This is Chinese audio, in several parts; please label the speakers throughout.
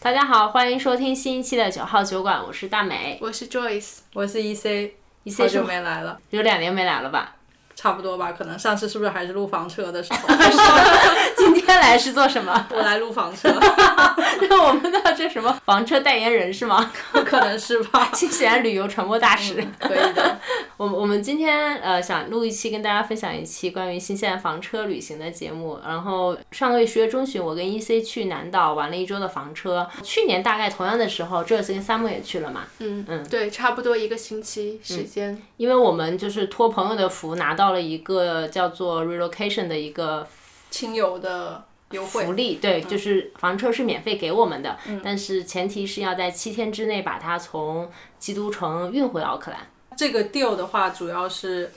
Speaker 1: 大家好，欢迎收听新一期的九号酒馆，我是大美。
Speaker 2: 我是 Joyce，
Speaker 3: 我是 E C，
Speaker 1: 一 C
Speaker 2: 好
Speaker 1: 是
Speaker 2: 久没来了，
Speaker 1: 有两年没来了吧？
Speaker 2: 差不多吧，可能上次是不是还是录房车的时 候？
Speaker 1: 今天来是做什么？
Speaker 2: 我来录房车，
Speaker 1: 那我们的这什么房车代言人是吗？
Speaker 2: 可能是吧，
Speaker 1: 新西兰旅游传播大使。
Speaker 3: 嗯
Speaker 2: 可以的。
Speaker 1: 我我们今天呃想录一期跟大家分享一期关于新西兰房车旅行的节目。然后上个月十月中旬，我跟 E C 去南岛玩了一周的房车。去年大概同样的时候，这次跟 Sam 也去了嘛，
Speaker 2: 嗯嗯，对，差不多一个星期时间。
Speaker 1: 因为我们就是托朋友的福拿到了一个叫做 relocation 的一个
Speaker 3: 嗯
Speaker 2: 亲友的优惠，嗯
Speaker 1: 福利，对，就是房车是免费给我们的，但是前提是要在七天之内把它从基督城运回奥克兰。
Speaker 2: 这个 deal 的话，主要是，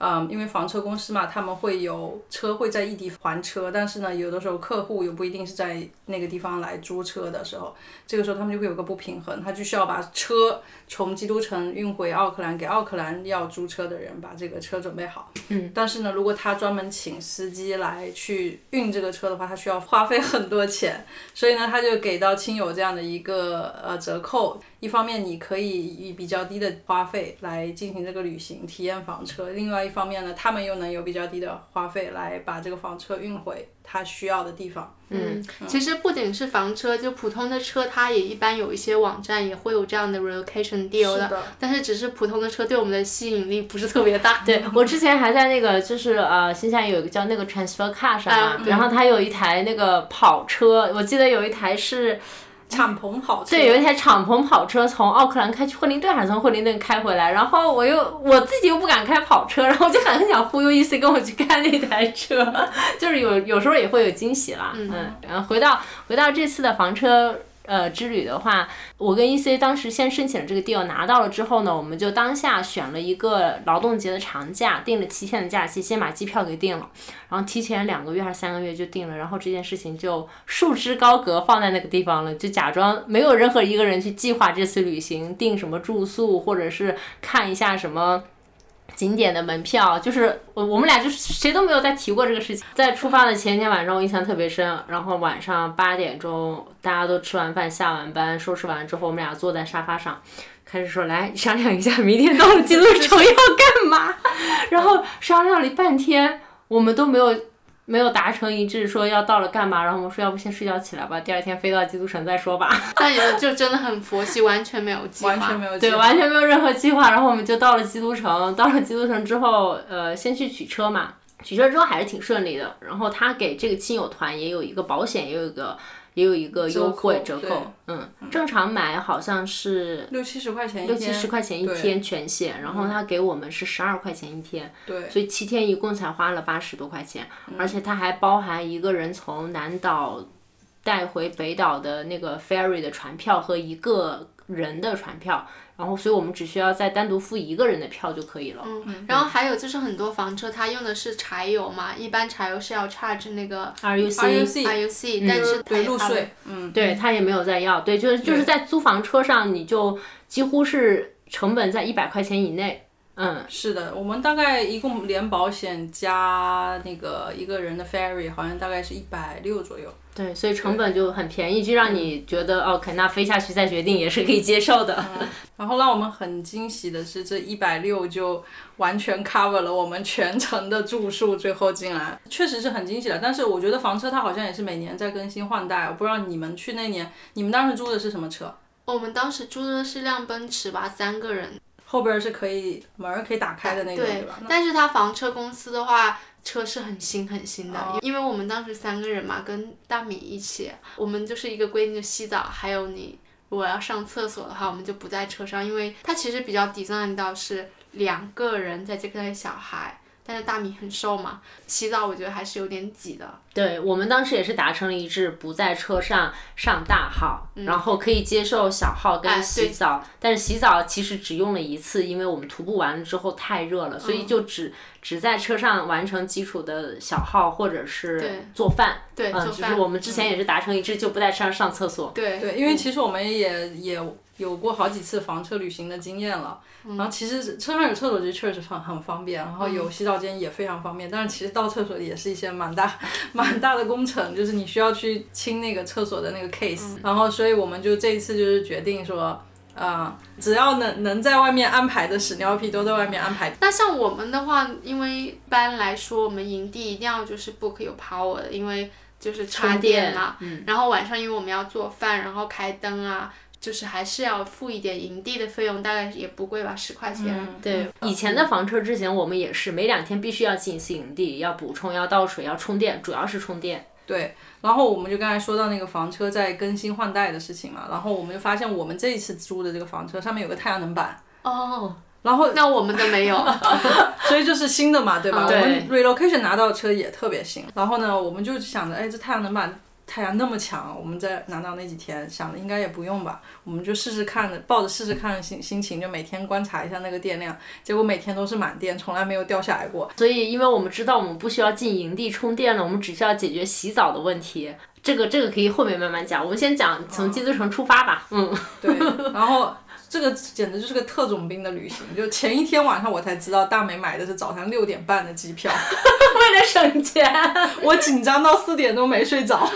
Speaker 2: 嗯，因为房车公司嘛，他们会有车会在异地还车，但是呢，有的时候客户也不一定是在那个地方来租车的时候，这个时候他们就会有个不平衡，他就需要把车从基督城运回奥克兰，给奥克兰要租车的人把这个车准备好。嗯，但是呢，如果他专门请司机来去运这个车的话，他需要花费很多钱，所以呢，他就给到亲友这样的一个呃折扣。一方面，你可以以比较低的花费来进行这个旅行，体验房车；另外一方面呢，他们又能有比较低的花费来把这个房车运回他需要的地方。
Speaker 3: 嗯，其实不仅是房车，就普通的车，它也一般有一些网站也会有这样的 relocation deal 的，但是只是普通的车对我们的吸引力不是特别
Speaker 2: 啊
Speaker 3: 大。
Speaker 1: 对我之前还在那个就是呃新西兰有一个叫那个 Transfer Car 上嘛，
Speaker 2: 嗯
Speaker 1: 然后它有一台那个跑车，我记得有一台是
Speaker 2: 敞篷跑车，
Speaker 1: 对，有一台敞篷跑车从奥克兰开去惠灵顿，还是从惠灵顿开回来。然后我又我自己又不敢开跑车，然后我就很想忽悠 E C 跟我去开那台车，就是有有时候也会有惊喜啦。嗯，然后回到回到这次的房车。呃，之旅的话，我跟 E C 当时先申请了这个 deal，拿到了之后呢，我们就当下选了一个劳动节的长假，定了七天的假期，先把机票给定了，然后提前两个月还是三个月就定了，然后这件事情就束之高阁，放在那个地方了，就假装没有任何一个人去计划这次旅行，订什么住宿，或者是看一下什么。景点的门票，就是我我们俩就是谁都没有再提过这个事情。在出发的前一天晚上，我印象特别深。然后晚上八点钟，大家都吃完饭、下完班、收拾完之后，我们俩坐在沙发上，开始说来商量一下，明天到了基督城要干嘛。然后商量了半天，我们都没有没有达成一致，说要到了干嘛。然后我们说，要不先睡觉起来吧，第二天飞到基督城再说吧。
Speaker 3: 但有的就真的很佛系，完全没有计划。
Speaker 2: 完全没有计
Speaker 1: 对，
Speaker 2: 划
Speaker 1: 完全没有任何计划。然后我们就到了基督城，到了基督城之后，呃，先去取车嘛，取车之后还是挺顺利的。然后他给这个亲友团也有一个保险，也有一个也有一个优惠
Speaker 2: 折
Speaker 1: 折
Speaker 2: 扣
Speaker 1: 扣，
Speaker 2: 对
Speaker 1: 嗯，正常买好像是。
Speaker 2: 六七十块钱一
Speaker 1: 六
Speaker 2: 天，
Speaker 1: 七十块钱一天全险，然后他给我们是十二块钱一天，
Speaker 2: 对，
Speaker 1: 所以七天一共才花了八十多块钱，而且它还包含一个人从南岛带回北岛的那个 ferry 的船票和一个人的船票，然后所以我们只需要再单独付一个人的票就可以了。
Speaker 3: 嗯，然后还有就是很多房车它用的是柴油嘛，一般柴油是要 charge 那个
Speaker 1: RUC
Speaker 3: RUC，但是它
Speaker 2: 嗯对
Speaker 3: 也
Speaker 2: 入
Speaker 3: 它
Speaker 2: 税，嗯，
Speaker 1: 对他也没有再要，对，就是就是在租房车上，你就几乎是成本在一百块钱以内，嗯，
Speaker 2: 是的，我们大概一共连保险加那个一个人的 ferry，好像大概是一百六左右。
Speaker 1: 对，所以成本就很便宜，就让你觉得 OK，那飞下去再决定也是可以接受的。
Speaker 2: 然后让我们很惊喜的是，这一百六就完全 cover 了我们全程的住宿，最后竟然确实是很惊喜的。但是我觉得房车它好像也是每年在更新换代，我不知道你们去那年，你们当时租的是什么车？
Speaker 3: 我们当时租的是辆奔驰吧，三个人，
Speaker 2: 后边是可以门儿可以打开的那个，对吧？
Speaker 3: 但是它房车公司的话，车是很新很新的，
Speaker 2: 哦
Speaker 3: 因为我们当时三个人嘛，跟大米一起，我们就是一个规定，就洗澡，还有你如果要上厕所的话，我们就不在车上，因为它其实比较 design 到是两个人再加个小孩。但是大米很瘦嘛，洗澡我觉得还是有点挤的。
Speaker 1: 啊对我们当时也是达成了一致，不在车上上大号，
Speaker 3: 嗯
Speaker 1: 然后可以接受小号
Speaker 3: 哎
Speaker 1: 跟洗澡，但是洗澡其实只用了一次，因为我们徒步完了之后太热了，
Speaker 3: 嗯
Speaker 1: 所以就只、只在车上完成基础的小号或者是做饭，
Speaker 3: 对
Speaker 1: 嗯，
Speaker 3: 做
Speaker 1: 就
Speaker 3: 饭
Speaker 1: 是我们之前也是达成一致，就不在车上上厕所。
Speaker 3: 对
Speaker 2: 对，因为其实我们也也有过好几次房车旅行的经验了。然后其实车上有厕所，其实确实很很方便，然后有洗澡间也非常方便。但是其实到厕所也是一些蛮大 蛮大的工程，就是你需要去清那个厕所的那个 case。然后所以我们就这一次就是决定说。啊、只要能能在外面安排的屎尿屁都在外面安排。
Speaker 3: 那像我们的话，因为一般来说，我们营地一定要就是 book 有 power 的，因为就是插
Speaker 1: 充电
Speaker 3: 电嘛。然后晚上因为我们要做饭，然后开灯啊，就是还是要付一点营地的费用，大概也不贵吧，十块钱。
Speaker 1: 对，以前的房车之前我们也是每两天必须要进一次营地，要补充，要倒水，要充电，主要是充电。
Speaker 2: 对，然后我们就刚才说到那个房车在更新换代的事情嘛，然后我们就发现我们这一次租的这个房车上面有个太阳能板，
Speaker 1: 哦，
Speaker 2: 然后
Speaker 3: 那我们的没有，
Speaker 2: 所以就是新的嘛，对吧？
Speaker 1: 对
Speaker 2: 我们 relocation 拿到的车也特别新，然后呢，我们就想着，哎，这太阳能板。太阳那么强，我们在拿到那几天想着应该也不用吧，我们就试试看的，抱着试试看的心心情，就每天观察一下那个电量，结果每天都是满电，从来没有掉下来 过。
Speaker 1: 所以因为我们知道我们不需要进营地充电了，我们只需要解决洗澡的问题。这个这个可以后面慢慢讲，我们先讲从基督城出发吧。嗯，
Speaker 2: 对，然后这个简直就是个特种兵的旅行。就前一天晚上我才知道大美买的是早上六点半的机票，
Speaker 1: 为了省钱。
Speaker 2: 我紧张到四点都没睡着。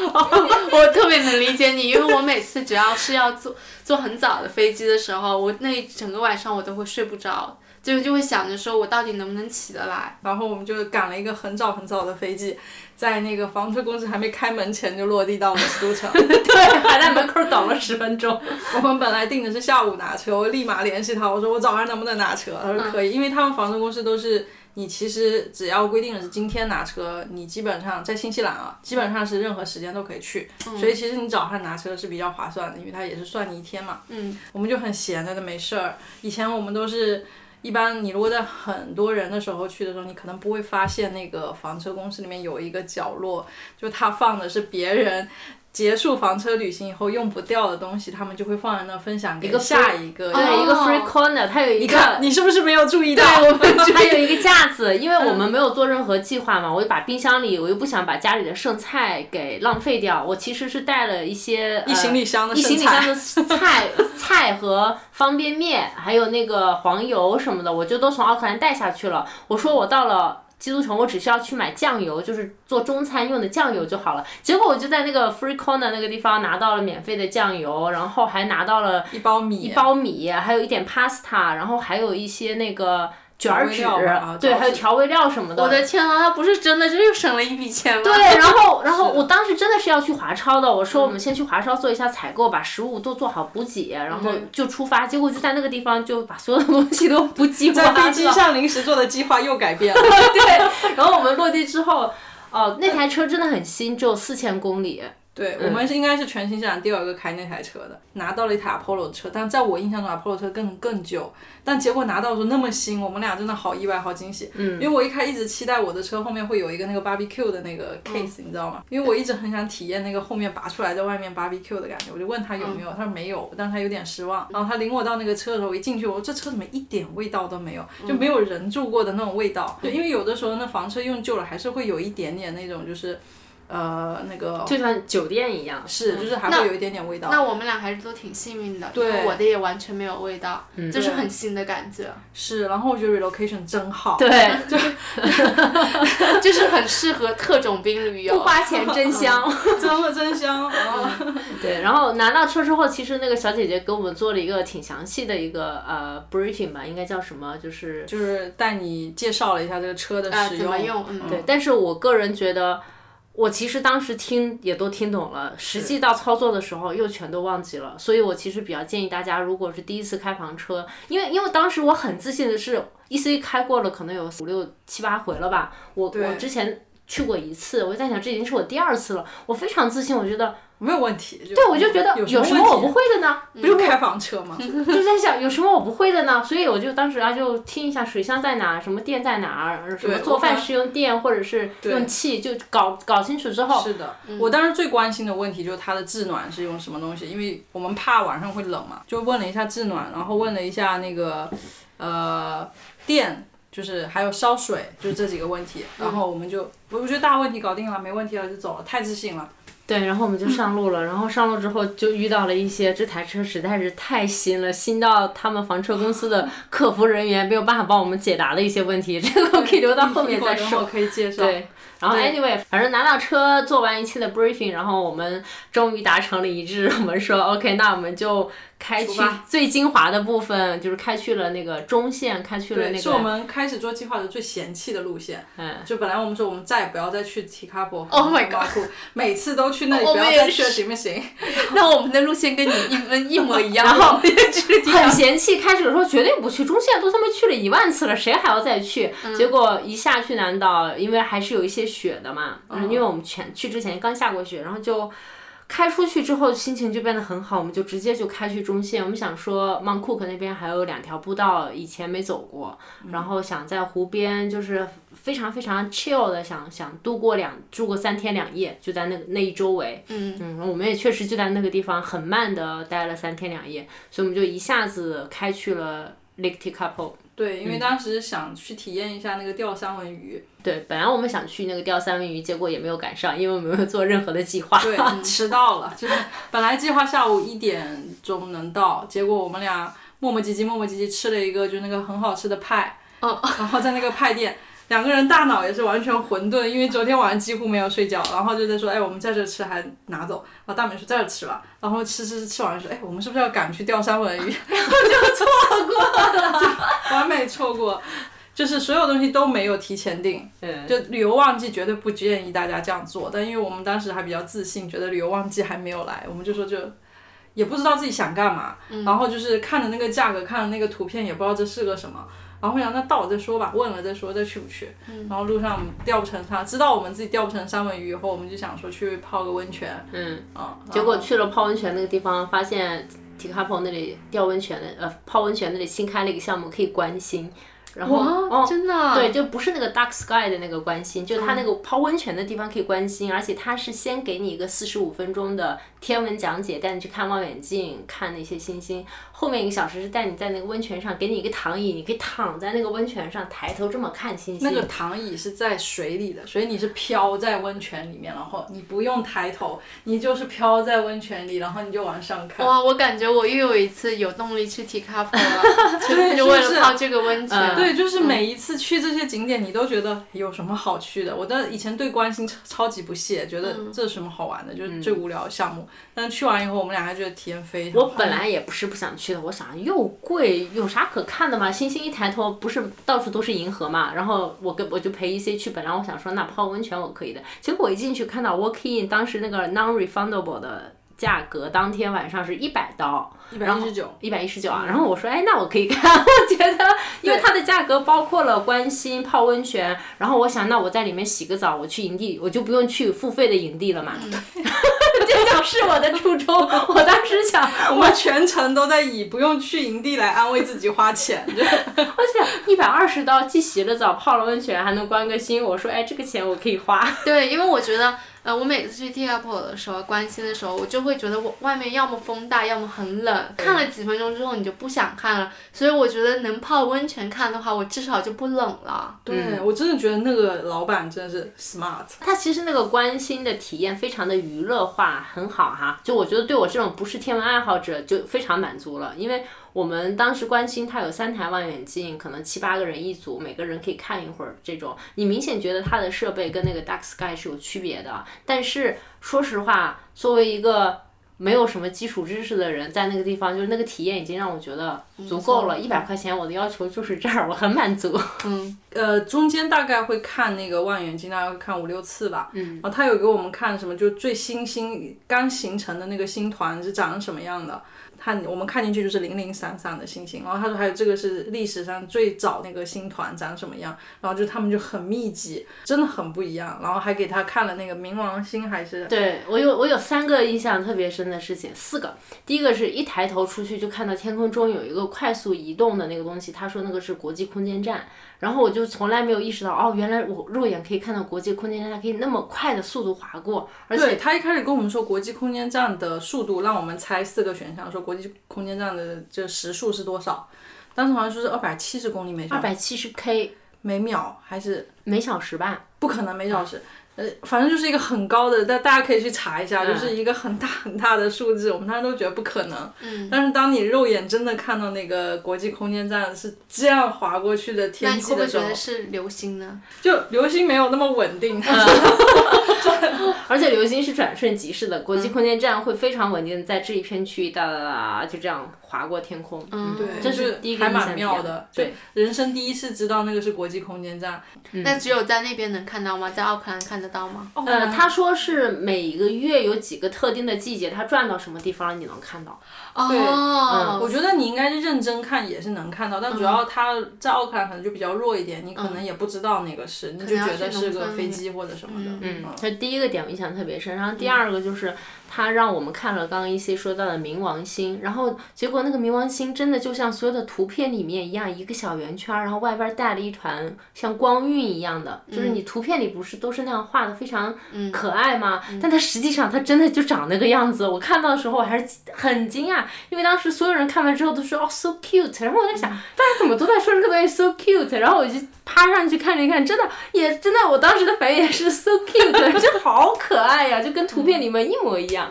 Speaker 3: 我特别能理解你，因为我每次只要是要坐坐很早的飞机的时候，我那一整个晚上我都会睡不着，就就会想着说我到底能不能起得来。
Speaker 2: 然后我们就赶了一个很早很早的飞机，在那个房车公司还没开门前就落地到了苏城。
Speaker 1: 对，还在门口等了十分钟。
Speaker 2: 我们本来定的是下午拿车，我立马联系他，我说我早上能不能拿车？他说可以，因为他们房车公司都是你其实只要规定的是今天拿车，你基本上在新西兰啊，基本上是任何时间都可以去，所以其实你早上拿车是比较划算的，因为它也是算你一天嘛。
Speaker 3: 嗯，
Speaker 2: 我们就很闲着的没事儿。以前我们都是。一般你如果在很多人的时候去的时候，你可能不会发现那个房车公司里面有一个角落，就它放的是别人结束房车旅行以后用不掉的东西，他们就会放在那分享给
Speaker 1: 一个哦
Speaker 2: 下一个人。
Speaker 1: 对，一个 free corner，它有一
Speaker 2: 你
Speaker 1: 个。
Speaker 2: 看，你是不是没有注意到？嗯
Speaker 1: 对，我 们还有一个架子，因为我们没有做任何计划嘛，我就把冰箱里，我又不想把家里的剩菜给浪费掉，我其实是带了一些
Speaker 2: 一行李箱
Speaker 1: 呃
Speaker 2: 的
Speaker 1: 一行
Speaker 2: 剩
Speaker 1: 李
Speaker 2: 菜
Speaker 1: 箱，的菜 菜和方便面，还有那个黄油什么的，我就都从奥克兰带下去了。我说我到了。基督城，我只需要去买酱油，就是做中餐用的酱油就好了。结果我就在那个 Free Corner 那个地方拿到了免费的酱油，然后还拿到了
Speaker 2: 一包
Speaker 1: 一
Speaker 2: 米，
Speaker 1: 包米，还有一点 pasta，然后还有一些那个卷儿纸，
Speaker 2: 调味料嘛
Speaker 1: 对，
Speaker 2: 调
Speaker 1: 还有
Speaker 2: 纸
Speaker 1: 调味料什么的。
Speaker 3: 我的天啊，他不是真的，这又省了一笔钱吗？
Speaker 1: 对， 然后然后
Speaker 2: 是的嗯
Speaker 1: 我当时真的是要去华超的，我说我们先去华超做一下采购，把食物都做好补给，然后
Speaker 2: 嗯
Speaker 1: 就出发。结果就在那个地方就把所有的东西都补给
Speaker 2: 在
Speaker 1: 完
Speaker 2: 飞机
Speaker 1: 了。
Speaker 2: 上临时做的计划又改变了。
Speaker 1: 对，然后我们落地之后。哦，那台车真的很新，只有四千公里。
Speaker 2: 对，我们是应该是全新西兰第二个开那台车的，拿到了一台 Apollo 的车，但在我印象中 Apollo 车更更久，但结果拿到的时候那么新，我们俩真的好意外，好惊喜。嗯，因为我一开一直期待我的车后面会有一个那个 barbecue 的那个 case，、你知道吗？因为我一直很想体验那个后面拔出来在外面 barbecue 的感觉，我就问他有没有，他说没有，但他有点失望。然后他领我到那个车的时候，我一进去，我说这车怎么一点味道都没有，就没有人住过的那种味道。嗯对，因为有的时候那房车用旧了，还是会有一点点那种就是。呃，那个
Speaker 1: 就像酒店一样，
Speaker 2: 是，就是还会有一点点味道。
Speaker 3: 那我们俩还是都挺幸运的，
Speaker 2: 对
Speaker 3: 因为我的也完全没有味道，就是
Speaker 2: 对
Speaker 3: 很新的感觉，
Speaker 2: 是，然后我觉得 relocation 真好。
Speaker 1: 对，
Speaker 3: 就是很适合特种兵旅
Speaker 1: 不
Speaker 3: 游。
Speaker 1: 花钱 真香。
Speaker 2: 真的真香。
Speaker 1: 啊对，然后拿到车之后，其实那个小姐姐给我们做了一个挺详细的一个呃 briefing 吧，应该叫什么？就是
Speaker 2: 就是带你介绍了一下这个车的
Speaker 1: 呃
Speaker 3: 啊，怎
Speaker 2: 使用。
Speaker 3: 么用？嗯，
Speaker 1: 对，但是我个人觉得，我其实当时听也都听懂了，实际到操作的时候又全都忘记了，所以我其实比较建议大家，如果是第一次开房车，因为因为当时我很自信的是，E C 开过了，可能有五六七八回了吧，我我
Speaker 2: 对
Speaker 1: 之前。去过一次，我就在想，这已经是我第二次了。我非常自信，我觉得，
Speaker 2: 没有问题。对
Speaker 1: 对我就觉得有
Speaker 2: 有
Speaker 1: 什
Speaker 2: 么
Speaker 1: 么我
Speaker 2: 问
Speaker 1: 不嗯
Speaker 2: 题？
Speaker 1: 会的呢？
Speaker 2: 不就开房车吗？
Speaker 1: 就在想有什么我不会的呢？所以我就当时啊，就听一下水箱在哪，什么电在哪儿，什么
Speaker 2: 对
Speaker 1: 做
Speaker 2: 我
Speaker 1: 饭
Speaker 2: 们
Speaker 1: 是用电或者是用气，就搞搞清楚之后，嗯
Speaker 2: 是的，我当时最关心的问题就是它的制暖是用什么东西，因为我们怕晚上会冷嘛，就问了一下制暖，然后问了一下那个呃电。就是还有烧
Speaker 1: 嗯
Speaker 2: 水，就是这几个问题，然后我们就我我觉得大问题搞定了，没问题了就走了，太自信了。
Speaker 1: 对，然后我们就上路了，然后上路之后就遇到了一些这台车实在是太新了，新到他们房车公司的客服人员没有办法帮我们解答的一些问题，这个我可以留到后面再说。
Speaker 2: 我可以介绍。
Speaker 1: 对，然后
Speaker 2: 对
Speaker 1: anyway，反正拿到车做完一切的 briefing，然后我们终于达成了一致，我们说 OK，那我们就开
Speaker 2: 出
Speaker 1: 去
Speaker 2: 发
Speaker 1: 最精华的部分，就是开去了那个中线，开去了
Speaker 2: 对，
Speaker 1: 那
Speaker 2: 是我
Speaker 1: 个
Speaker 2: 们开始做计划的最嫌弃的路线。
Speaker 1: 嗯，
Speaker 2: 就本来我们说我们再也不要再去提卡博
Speaker 3: Oh my
Speaker 2: 巴库，每次都去那里，
Speaker 3: 我
Speaker 2: 不
Speaker 3: 们
Speaker 2: 要
Speaker 3: 也
Speaker 2: 再去了，行不行？
Speaker 3: 那我们的路线跟你一们一模一样，
Speaker 1: 然后
Speaker 3: 我们就是这
Speaker 1: 很
Speaker 3: 样
Speaker 1: 嫌弃，开始的时候绝对不去，中线都他妈去了一万次了，谁还要再去？结果一下去南岛，因为还是有一些雪的嘛，嗯因为我们全去之前刚下过雪，然后就。开出去之后，心情就变得很好，我们就直接就开去中线。我们想说曼库克那边还有两条步道以前没走过，然后想在湖边就是非常非常 chill 的想想度过两住过三天两夜，就在那那一周围。
Speaker 3: 嗯
Speaker 1: 嗯，我们也确实就在那个地方很慢的待了三天两夜，所以我们就一下子开去了 Lake Tekapo。
Speaker 2: 对，
Speaker 3: 嗯
Speaker 2: 因为当时想去体验一下那个钓三文鱼，
Speaker 1: 对，本来我们想去那个钓三文鱼，结果也没有赶上，因为我们没有做任何的计划。
Speaker 2: 对，嗯迟到了。就是本来计划下午一点钟能到，结果我们俩磨磨唧唧磨磨唧唧吃了一个就是那个很好吃的派，
Speaker 3: 哦
Speaker 2: 然后在那个派店。两个人大脑也是完全混沌，因为昨天晚上几乎没有睡觉，然后就在说，哎，我们在这吃还拿走，然后大美说在这吃吧，然后吃吃吃吃完说，哎，我们是不是要赶去钓 三文鱼？完美错过，就是所有东西都没有提前定。
Speaker 1: 嗯，
Speaker 2: 就旅游旺季绝对不建议大家这样做，但因为我们当时还比较自信，觉得旅游旺季还没有来，我们就说就。也不知道自己想干嘛，然后就是看着那个价格，看着那个图片，也不知道这是个什么，然后我想那到了再说吧，问了再说，再去不去。然后路上钓不成啥，知道我们自己钓不成三文鱼以后，我们就想说去泡个温泉，
Speaker 1: 嗯，
Speaker 3: 哦
Speaker 2: 啊、
Speaker 1: 结果去了泡温泉那个地方，发现 Tekapo 那里钓温泉的呃泡温泉那里新开了一个项目，可以观星。然后
Speaker 3: 哇，
Speaker 1: 哦，
Speaker 3: 真的啊，
Speaker 1: 对，就不是那个 Dark Sky 的那个关心，就它那
Speaker 2: 嗯
Speaker 1: 个泡温泉的地方可以关心，而且它是先给你一个四十五分钟的天文讲解，带你去看望远镜，看那些星星。后面一个小时是带你在那个温泉上，给你一个躺椅，你可以躺在那个温泉上，抬头这么看星星。
Speaker 2: 那个躺椅是在水里的，所以你是飘在温泉里面，然后你不用抬头，你就是飘在温泉里，然后你就往上看。
Speaker 3: 哇，我感觉我又有一次有动力去提咖啡 了，就就为
Speaker 2: 是
Speaker 3: 了
Speaker 2: 不是
Speaker 3: 泡这个温
Speaker 1: 嗯
Speaker 3: 泉。
Speaker 2: 对，就是每一次去这些景点，你都觉得有什么好去的。我的以前对观星超超级不屑，觉
Speaker 1: 嗯
Speaker 2: 得这是什么好玩的，就是最无聊的项目。但去完以后，我们俩还觉得体验非常好。
Speaker 1: 我本来也不是不想去的，我想又贵，有啥可看的嘛？星星一抬头，不是到处都是银河嘛？然后我跟我就陪 E C 去，本来我想说那泡温泉我可以的，结果我一进去看到 walk in 当时那个 non refundable 的价格，当天晚上是一百刀，
Speaker 2: 一百一十九，
Speaker 1: 一百一十九啊。然后我说，哎，那我可以看， 我觉得因为它的价格包括了关心、泡温泉，然后我想，那我在里面洗个澡，我去营地，我就不用去付费的营地了嘛。 这就是我的初衷。我当时想，
Speaker 2: 我们全程都在以不用去营地来安慰自己花钱。 就
Speaker 1: 而且一百二十刀，既洗了澡、泡了温泉，还能关个心。我说，哎，这个钱我可以花。
Speaker 3: 对，因为我觉得，呃，我每次去 T Apple 的时候，关心的时候，我就会觉得我外面要么风大，要么很冷。看了几分钟之后，你就不想看了。所以我觉得能泡温泉看的话，我至少就不冷了。
Speaker 2: 对我真的觉得那个老板真的是 smart。
Speaker 1: 它其实那个关心的体验非常的娱乐化，很好哈。就我觉得对我这种不是天文爱好者就非常满足了，因为我们当时关心它有三台望远镜，可能七八个人一组，每个人可以看一会儿。这种你明显觉得它的设备跟那个 Dark Sky 是有区别的，但是说实话，作为一个没有什么基础知识的人，在那个地方就是那个体验已经让我觉得嗯足够了。一百块钱，我的要求就是这儿，我很满足。
Speaker 3: 嗯，
Speaker 2: 呃，中间大概会看那个望远镜，大概会看五六次吧。嗯，然后他有给我们看什么，就是最新星刚形成的那个星团是长什么样的。看我们看进去就是零零散散的星星，然后他说还有这个是历史上最早那个星团长什么样，然后就他们就很密集，真的很不一样。然后还给他看了那个冥王星还是
Speaker 1: 对我有我有三个印象特别深的事情，四个。第一个是一抬头出去就看到天空中有一个快速移动的那个东西，他说那个是国际空间站，然后我就从来没有意识到，哦，原来我肉眼可以看到国际空间站，它可以那么快的速度划过，而且
Speaker 2: 对他一开始跟我们说国际空间站的速度，让我们猜四个选项，说国际空间站的这时速是多少，当时好像说是二百七十公里每小
Speaker 1: 二百七十 K
Speaker 2: 每秒还是
Speaker 1: 每小时吧。
Speaker 2: 不可能每小时。呃，反正就是一个很高的，但大家可以去查一下，就是一个很大很大的数字，我们当时都觉得不可能。
Speaker 3: 嗯，
Speaker 2: 但是当你肉眼真的看到那个国际空间站是这样划过去的
Speaker 3: 那
Speaker 2: 天
Speaker 3: 你
Speaker 2: 际
Speaker 3: 会不会
Speaker 2: 的时
Speaker 3: 觉
Speaker 2: 候
Speaker 3: 得，是流星呢？
Speaker 2: 就流星没有那么稳定。
Speaker 1: 而且流星是转瞬即逝的，国际空间站会非常稳定，在这一片区域哒哒哒就这样划过天空。
Speaker 3: 嗯，
Speaker 2: 对，
Speaker 1: 这
Speaker 2: 就是
Speaker 1: 第一个
Speaker 2: 还
Speaker 1: 印象
Speaker 2: 蛮
Speaker 1: 比
Speaker 2: 妙
Speaker 1: 较
Speaker 2: 的，
Speaker 1: 对，
Speaker 2: 人生第一次知道那个是国际空间站。
Speaker 1: 嗯
Speaker 3: 那只有在那边能看到吗？在奥克兰看得到吗？
Speaker 2: 哦
Speaker 1: 呃，他说是每一个月有几个特定的季节，它转到什么地方你能看到。
Speaker 2: 我
Speaker 1: 嗯
Speaker 3: 哦，
Speaker 2: 觉得你应该是认真看也是能看到，但主要它在奥克兰可能就比较弱一点，你可能也不知道那个是，你就觉得是个飞机或者什么的。嗯
Speaker 1: 这第一个点我印象特别深，然后第二个就是他让我们看了刚刚一些说到的冥王星，然后结果那个冥王星真的就像所有的图片里面一样，一个小圆圈儿，然后外边带了一团像光晕一样的，就是你图片里不是都是那样画的非常
Speaker 3: 嗯
Speaker 1: 可爱吗？但它实际上它真的就长那个样子，我看到的时候我还是很惊讶，因为当时所有人看了之后都说哦 so cute，然后我在想大家怎么都在说这个东西 so cute，然后我就趴上去看了一看，真的也真的，我当时的反应也是 so cute，就好可爱呀、就跟图片里面一模一样。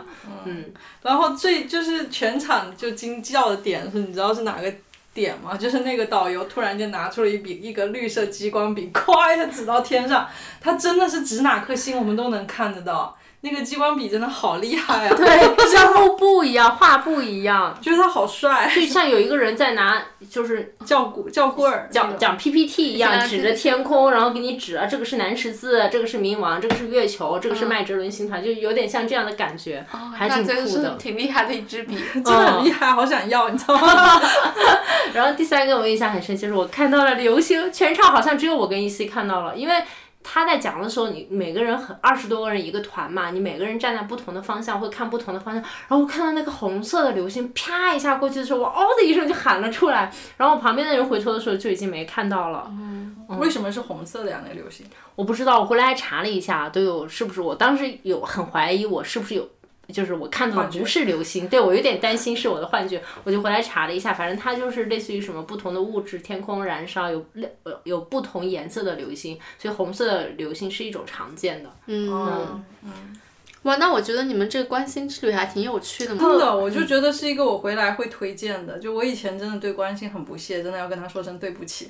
Speaker 2: 然后最就是全场就惊叫的点是，你知道是哪个？点吗？就是那个导游突然间拿出了一笔一个绿色激光笔，咵一下指到天上，它真的是指哪颗星我们都能看得到。那个激光笔真的好厉害啊！
Speaker 1: 对，就 像幕布一样，画布一样，
Speaker 2: 觉得他好帅，
Speaker 1: 就像有一个人在拿，就是
Speaker 2: 叫棍叫棍儿，
Speaker 1: 讲讲 PPT 一样，
Speaker 3: 像
Speaker 1: 指着天空，然后给你指啊，这个是南十字，这个是冥王，这个是月球，这个是麦哲伦星团，就有点像这样的感觉，还
Speaker 3: 那
Speaker 1: 挺
Speaker 3: 真
Speaker 1: 酷
Speaker 3: 是
Speaker 1: 的。
Speaker 3: 挺厉害的一 支笔。
Speaker 2: 真的很厉害，好想要，你知道吗？
Speaker 1: 然后第三个我印象很深，就是我看到了流星，全场好像只有我跟 E C 看到了，因为他在讲的时候，你每个人很二十多个人一个团嘛，你每个人站在不同的方向会看不同的方向。然后我看到那个红色的流星啪一下过去的时候，我嗷的一声就喊了出来，然后我旁边的人回头的时候就已经没看到了。
Speaker 2: 为什么是红色的呀？那个流星？
Speaker 1: 我不知道，我回来还查了一下，都有是不是我当时有很怀疑我是不是有，就是我看到的
Speaker 2: 幻觉
Speaker 1: 不是流星，对我有点担心是我的幻觉，我就回来查了一下，反正它就是类似于什么不同的物质天空燃烧，有呃有不同颜色的流星，所以红色的流星是一种常见的。
Speaker 3: 嗯，
Speaker 2: 嗯，
Speaker 3: 哇，那我觉得你们这个观星之旅还挺有趣
Speaker 1: 嗯
Speaker 3: 的嘛。
Speaker 2: 真的，我就觉得是一个我回来会推荐的。就我以前真的对关心很不屑，真的要跟他说声对不起。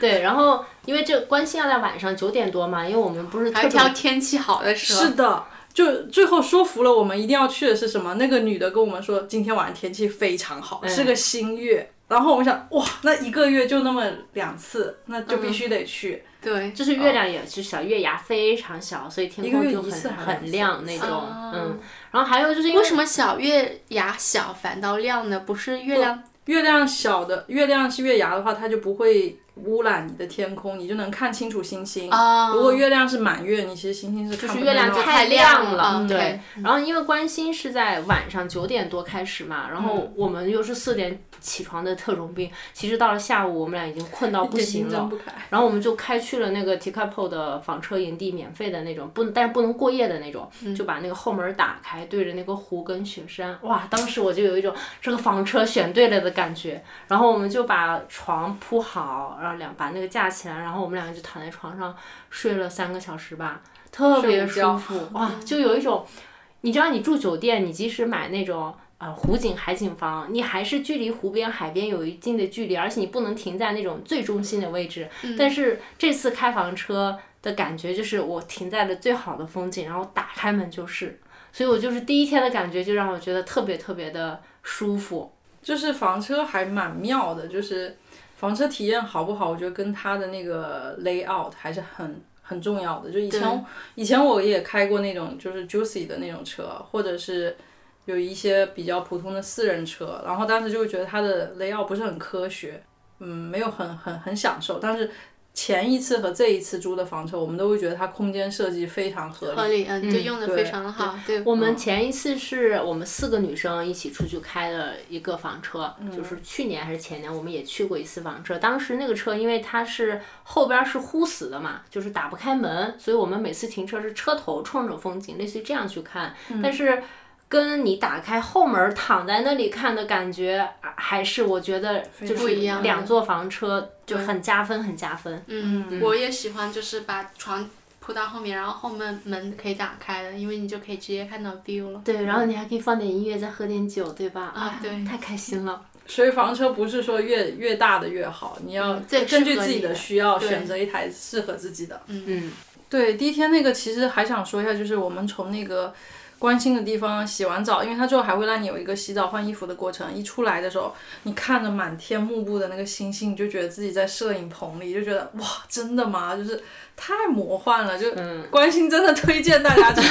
Speaker 1: 对，然后因为这关心要在晚上九点多嘛，因为我们不是
Speaker 3: 还
Speaker 1: 特
Speaker 3: 要
Speaker 1: 别
Speaker 3: 挑天气好的时候。
Speaker 2: 是的。就最后说服了我们一定要去的是什么？那个女的跟我们说，今天晚上天气非常好，
Speaker 1: 嗯
Speaker 2: 是个新月。然后我们想，哇，那一个月就那么两次，那就必须得去。
Speaker 3: 对，
Speaker 1: 就是月亮也是小月牙非常小，所以天
Speaker 2: 一个
Speaker 1: 空
Speaker 2: 月
Speaker 1: 就很
Speaker 2: 一次还是两
Speaker 1: 很
Speaker 2: 次
Speaker 1: 亮那种，
Speaker 3: 啊
Speaker 1: 嗯，然后还有就是因为
Speaker 3: 为什么小月牙小反倒亮呢？不是月亮
Speaker 2: 月亮小的月亮是月牙的话，它就不会污染你的天空，你就能看清楚星星。
Speaker 3: 啊？
Speaker 2: 如果月亮是满月，你其实星星是
Speaker 1: 哦就
Speaker 2: 看
Speaker 1: 是
Speaker 2: 不
Speaker 1: 月亮
Speaker 2: 到的
Speaker 1: 太亮了，
Speaker 3: 嗯
Speaker 1: 对
Speaker 3: 对。
Speaker 1: 然后因为关心是在晚上九点多开始嘛，然后我们又是四点起床的特种兵，其实到了下午我们俩已经困到不
Speaker 2: 眼睛
Speaker 1: 行了
Speaker 2: 睁。不开。
Speaker 1: 然后我们就开去了那个 t i k a p o 的房车营地，免费的那种，不但是不能过夜的那种，
Speaker 2: 嗯
Speaker 1: 就把那个后门打开，对着那个湖跟雪山，哇！当时我就有一种这个房车选对了的感觉。然后我们就把床铺好，然后两把那个架起来，然后我们两个就躺在床上睡了三个小时吧，特别
Speaker 2: 睡午
Speaker 1: 舒服，哇！就有一种，你知道，你住酒店，你即使买那种。呃，湖景、海景房，你还是距离湖边、海边有一定的距离，而且你不能停在那种最中心的位置。但是这次开房车的感觉就是，我停在了最好的风景，然后打开门就是，所以我就是第一天的感觉就让我觉得特别特别的舒服。
Speaker 2: 就是房车还蛮妙的，就是房车体验好不好，我觉得跟它的那个 layout 还是很很重要的。就以前以前我也开过那种就是 Juicy 的那种车，或者是有一些比较普通的私人车，然后当时就会觉得它的 layout 不是很科学，嗯，没有很很很享受。但是前一次和这一次租的房车，我们都会觉得它空间设计非常合理。
Speaker 3: 合理，嗯，就用的
Speaker 2: 对
Speaker 3: 非常好，对，
Speaker 1: 我们前一次是我们四个女生一起出去开的一个房车，就是去年还是前年，我们也去过一次房车。当时那个车，因为它是后边是呼死的嘛，就是打不开门，所以我们每次停车是车头冲着风景，类似于这样去看。但是跟你打开后门躺在那里看的感觉，啊还是我觉得就
Speaker 2: 不
Speaker 1: 是
Speaker 2: 一样
Speaker 1: 两座房车就很加分，很加分。
Speaker 3: 嗯
Speaker 2: 嗯
Speaker 3: 嗯，我也喜欢，就是把床铺到后面，然后后面门可以打开的，因为你就可以直接看到 view 了。
Speaker 1: 对，然后你还可以放点音乐，再喝点酒，对吧？
Speaker 3: 啊对
Speaker 1: 太开心了。
Speaker 2: 所以房车不是说越越大的越好，你要
Speaker 3: 嗯最适合
Speaker 2: 根据自
Speaker 3: 你
Speaker 2: 己的
Speaker 3: 的
Speaker 2: 需要
Speaker 3: 对
Speaker 2: 选择一台适合自己的。
Speaker 1: 嗯，
Speaker 2: 对，第一天那个其实还想说一下，就是我们从那个关心的地方洗完澡，因为它最后还会让你有一个洗澡换衣服的过程。一出来的时候，你看着满天幕布的那个星星，你就觉得自己在摄影棚里，就觉得哇，真的吗？就是太魔幻了，就
Speaker 1: 嗯
Speaker 2: 关心真的推荐大家去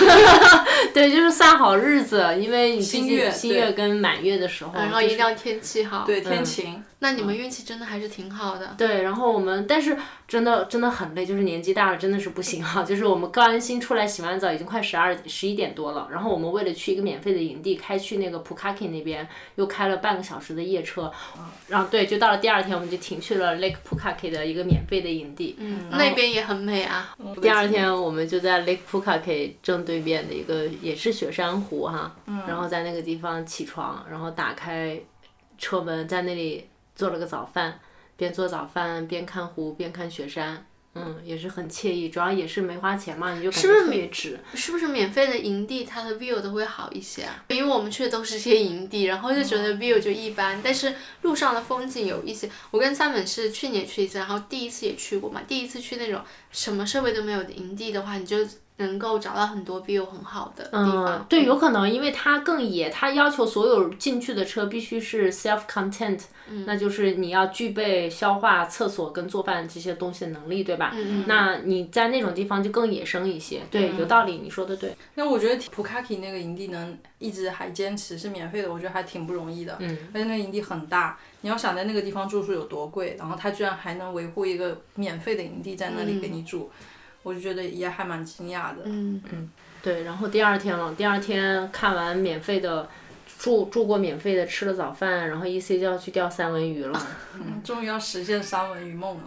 Speaker 1: 对，就是算好日子，因为你毕
Speaker 2: 新
Speaker 1: 竟
Speaker 2: 月
Speaker 1: 新
Speaker 2: 对
Speaker 1: 月跟满月的时候，
Speaker 3: 嗯然后
Speaker 1: 就
Speaker 3: 一
Speaker 1: 是
Speaker 3: 定要天气好。
Speaker 2: 对嗯天晴。
Speaker 3: 那你们运气真的还是挺好的。
Speaker 1: 对，然后我们但是真的真的很累，就是年纪大了真的是不行啊。就是我们刚新出来洗完澡已经快十二十一点多了，然后我们为了去一个免费的营地，开去那个 Pukaki 那边，又开了半个小时的夜车，
Speaker 3: 嗯
Speaker 1: 然后对，就到了第二天我们就停去了 Lake Pukaki 的一个免费的营地。
Speaker 3: 嗯，那边也很美啊。
Speaker 2: 嗯
Speaker 1: 第二天我们就在 Lake Pukaki 正对面的一个也是雪山湖哈，
Speaker 3: 嗯
Speaker 1: 然后在那个地方起床，然后打开车门，在那里做了个早饭，边做早饭边看湖边看雪山，嗯，也是很惬意，主要也是没花钱嘛，你就感觉
Speaker 3: 是不是
Speaker 1: 特
Speaker 3: 每
Speaker 1: 别值。
Speaker 3: 是不是免费的营地它的 view 都会好一些啊？因为我们去的都是一些营地，然后就觉
Speaker 1: 嗯
Speaker 3: 得 view 就一般，但是路上的风景有一些。我跟三本是去年去一次，然后第一次也去过嘛。第一次去那种什么设备都没有的营地的话，你就能够找到很多 view 很好的地方。
Speaker 1: 嗯，对，有可能，因为它更野，它要求所有进去的车必须是 self content，、那
Speaker 3: 嗯
Speaker 1: 就是你要具备消化、厕所跟做饭这些东西的能力，对吧？
Speaker 3: 嗯
Speaker 1: 那你在那种地方就更野生一些，对，有道理，你说的对。
Speaker 2: 那我觉得普卡基那个营地能一直还坚持是免费的，我觉得还挺不容易的。嗯，而且那个营地很大，你要想在那个地方住宿有多贵，然后他居然还能维护一个免费的营地在那里给你住，我就觉得也还蛮惊讶的。
Speaker 3: 嗯，
Speaker 1: 对，然后第二天了，第二天看完免费的，住住过免费的，吃了早饭，然后 E C 就要去钓三文鱼 了。
Speaker 2: 嗯，终于要实现三文鱼梦了。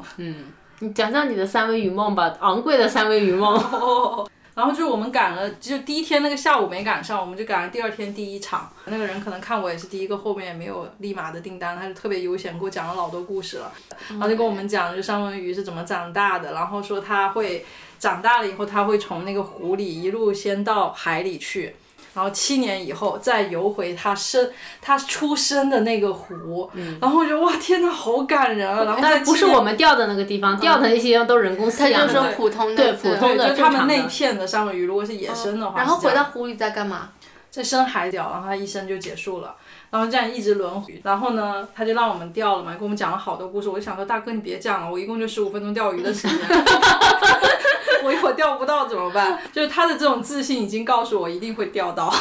Speaker 1: 你讲讲你的三文鱼梦吧，昂贵的三文鱼 梦。
Speaker 2: 然后就我们赶了，就第一天那个下午没赶上，我们就赶了第二天第一场。那个人可能看我也是第一个，后面也没有立马的订单，他就特别悠闲，给我讲了老多故事了。
Speaker 3: 嗯
Speaker 2: 然后就跟我们讲，就三文鱼是怎么长大的，然后说它会长大了以后，它会从那个湖里一路先到海里去。然后七年以后再游回它生它出生的那个湖，然后我觉得哇天呐，好感人啊！然后
Speaker 1: 嗯
Speaker 2: 在
Speaker 1: 但不是
Speaker 2: 七年
Speaker 1: 我们钓的那个地方，钓的那些都人工饲
Speaker 3: 他
Speaker 1: 养的。
Speaker 3: 就说
Speaker 2: 对
Speaker 3: 普通的
Speaker 1: 对
Speaker 3: 字
Speaker 1: 普通的
Speaker 2: 对，就是他
Speaker 1: 正
Speaker 2: 们
Speaker 1: 常的哦
Speaker 2: 那片的三文鱼，如果是野生的话，
Speaker 3: 然后
Speaker 2: 是这
Speaker 3: 回
Speaker 2: 样
Speaker 3: 到湖里在干嘛？
Speaker 2: 在深海钓，然后他一生就结束了，然后这样一直轮回，然后呢，他就让我们钓了嘛，给我们讲了好多故事，我就想说大哥你别讲了，我一共就十五分钟钓鱼的时间。 我一会儿钓不到怎么办？就是他的这种自信已经告诉我一定会钓到。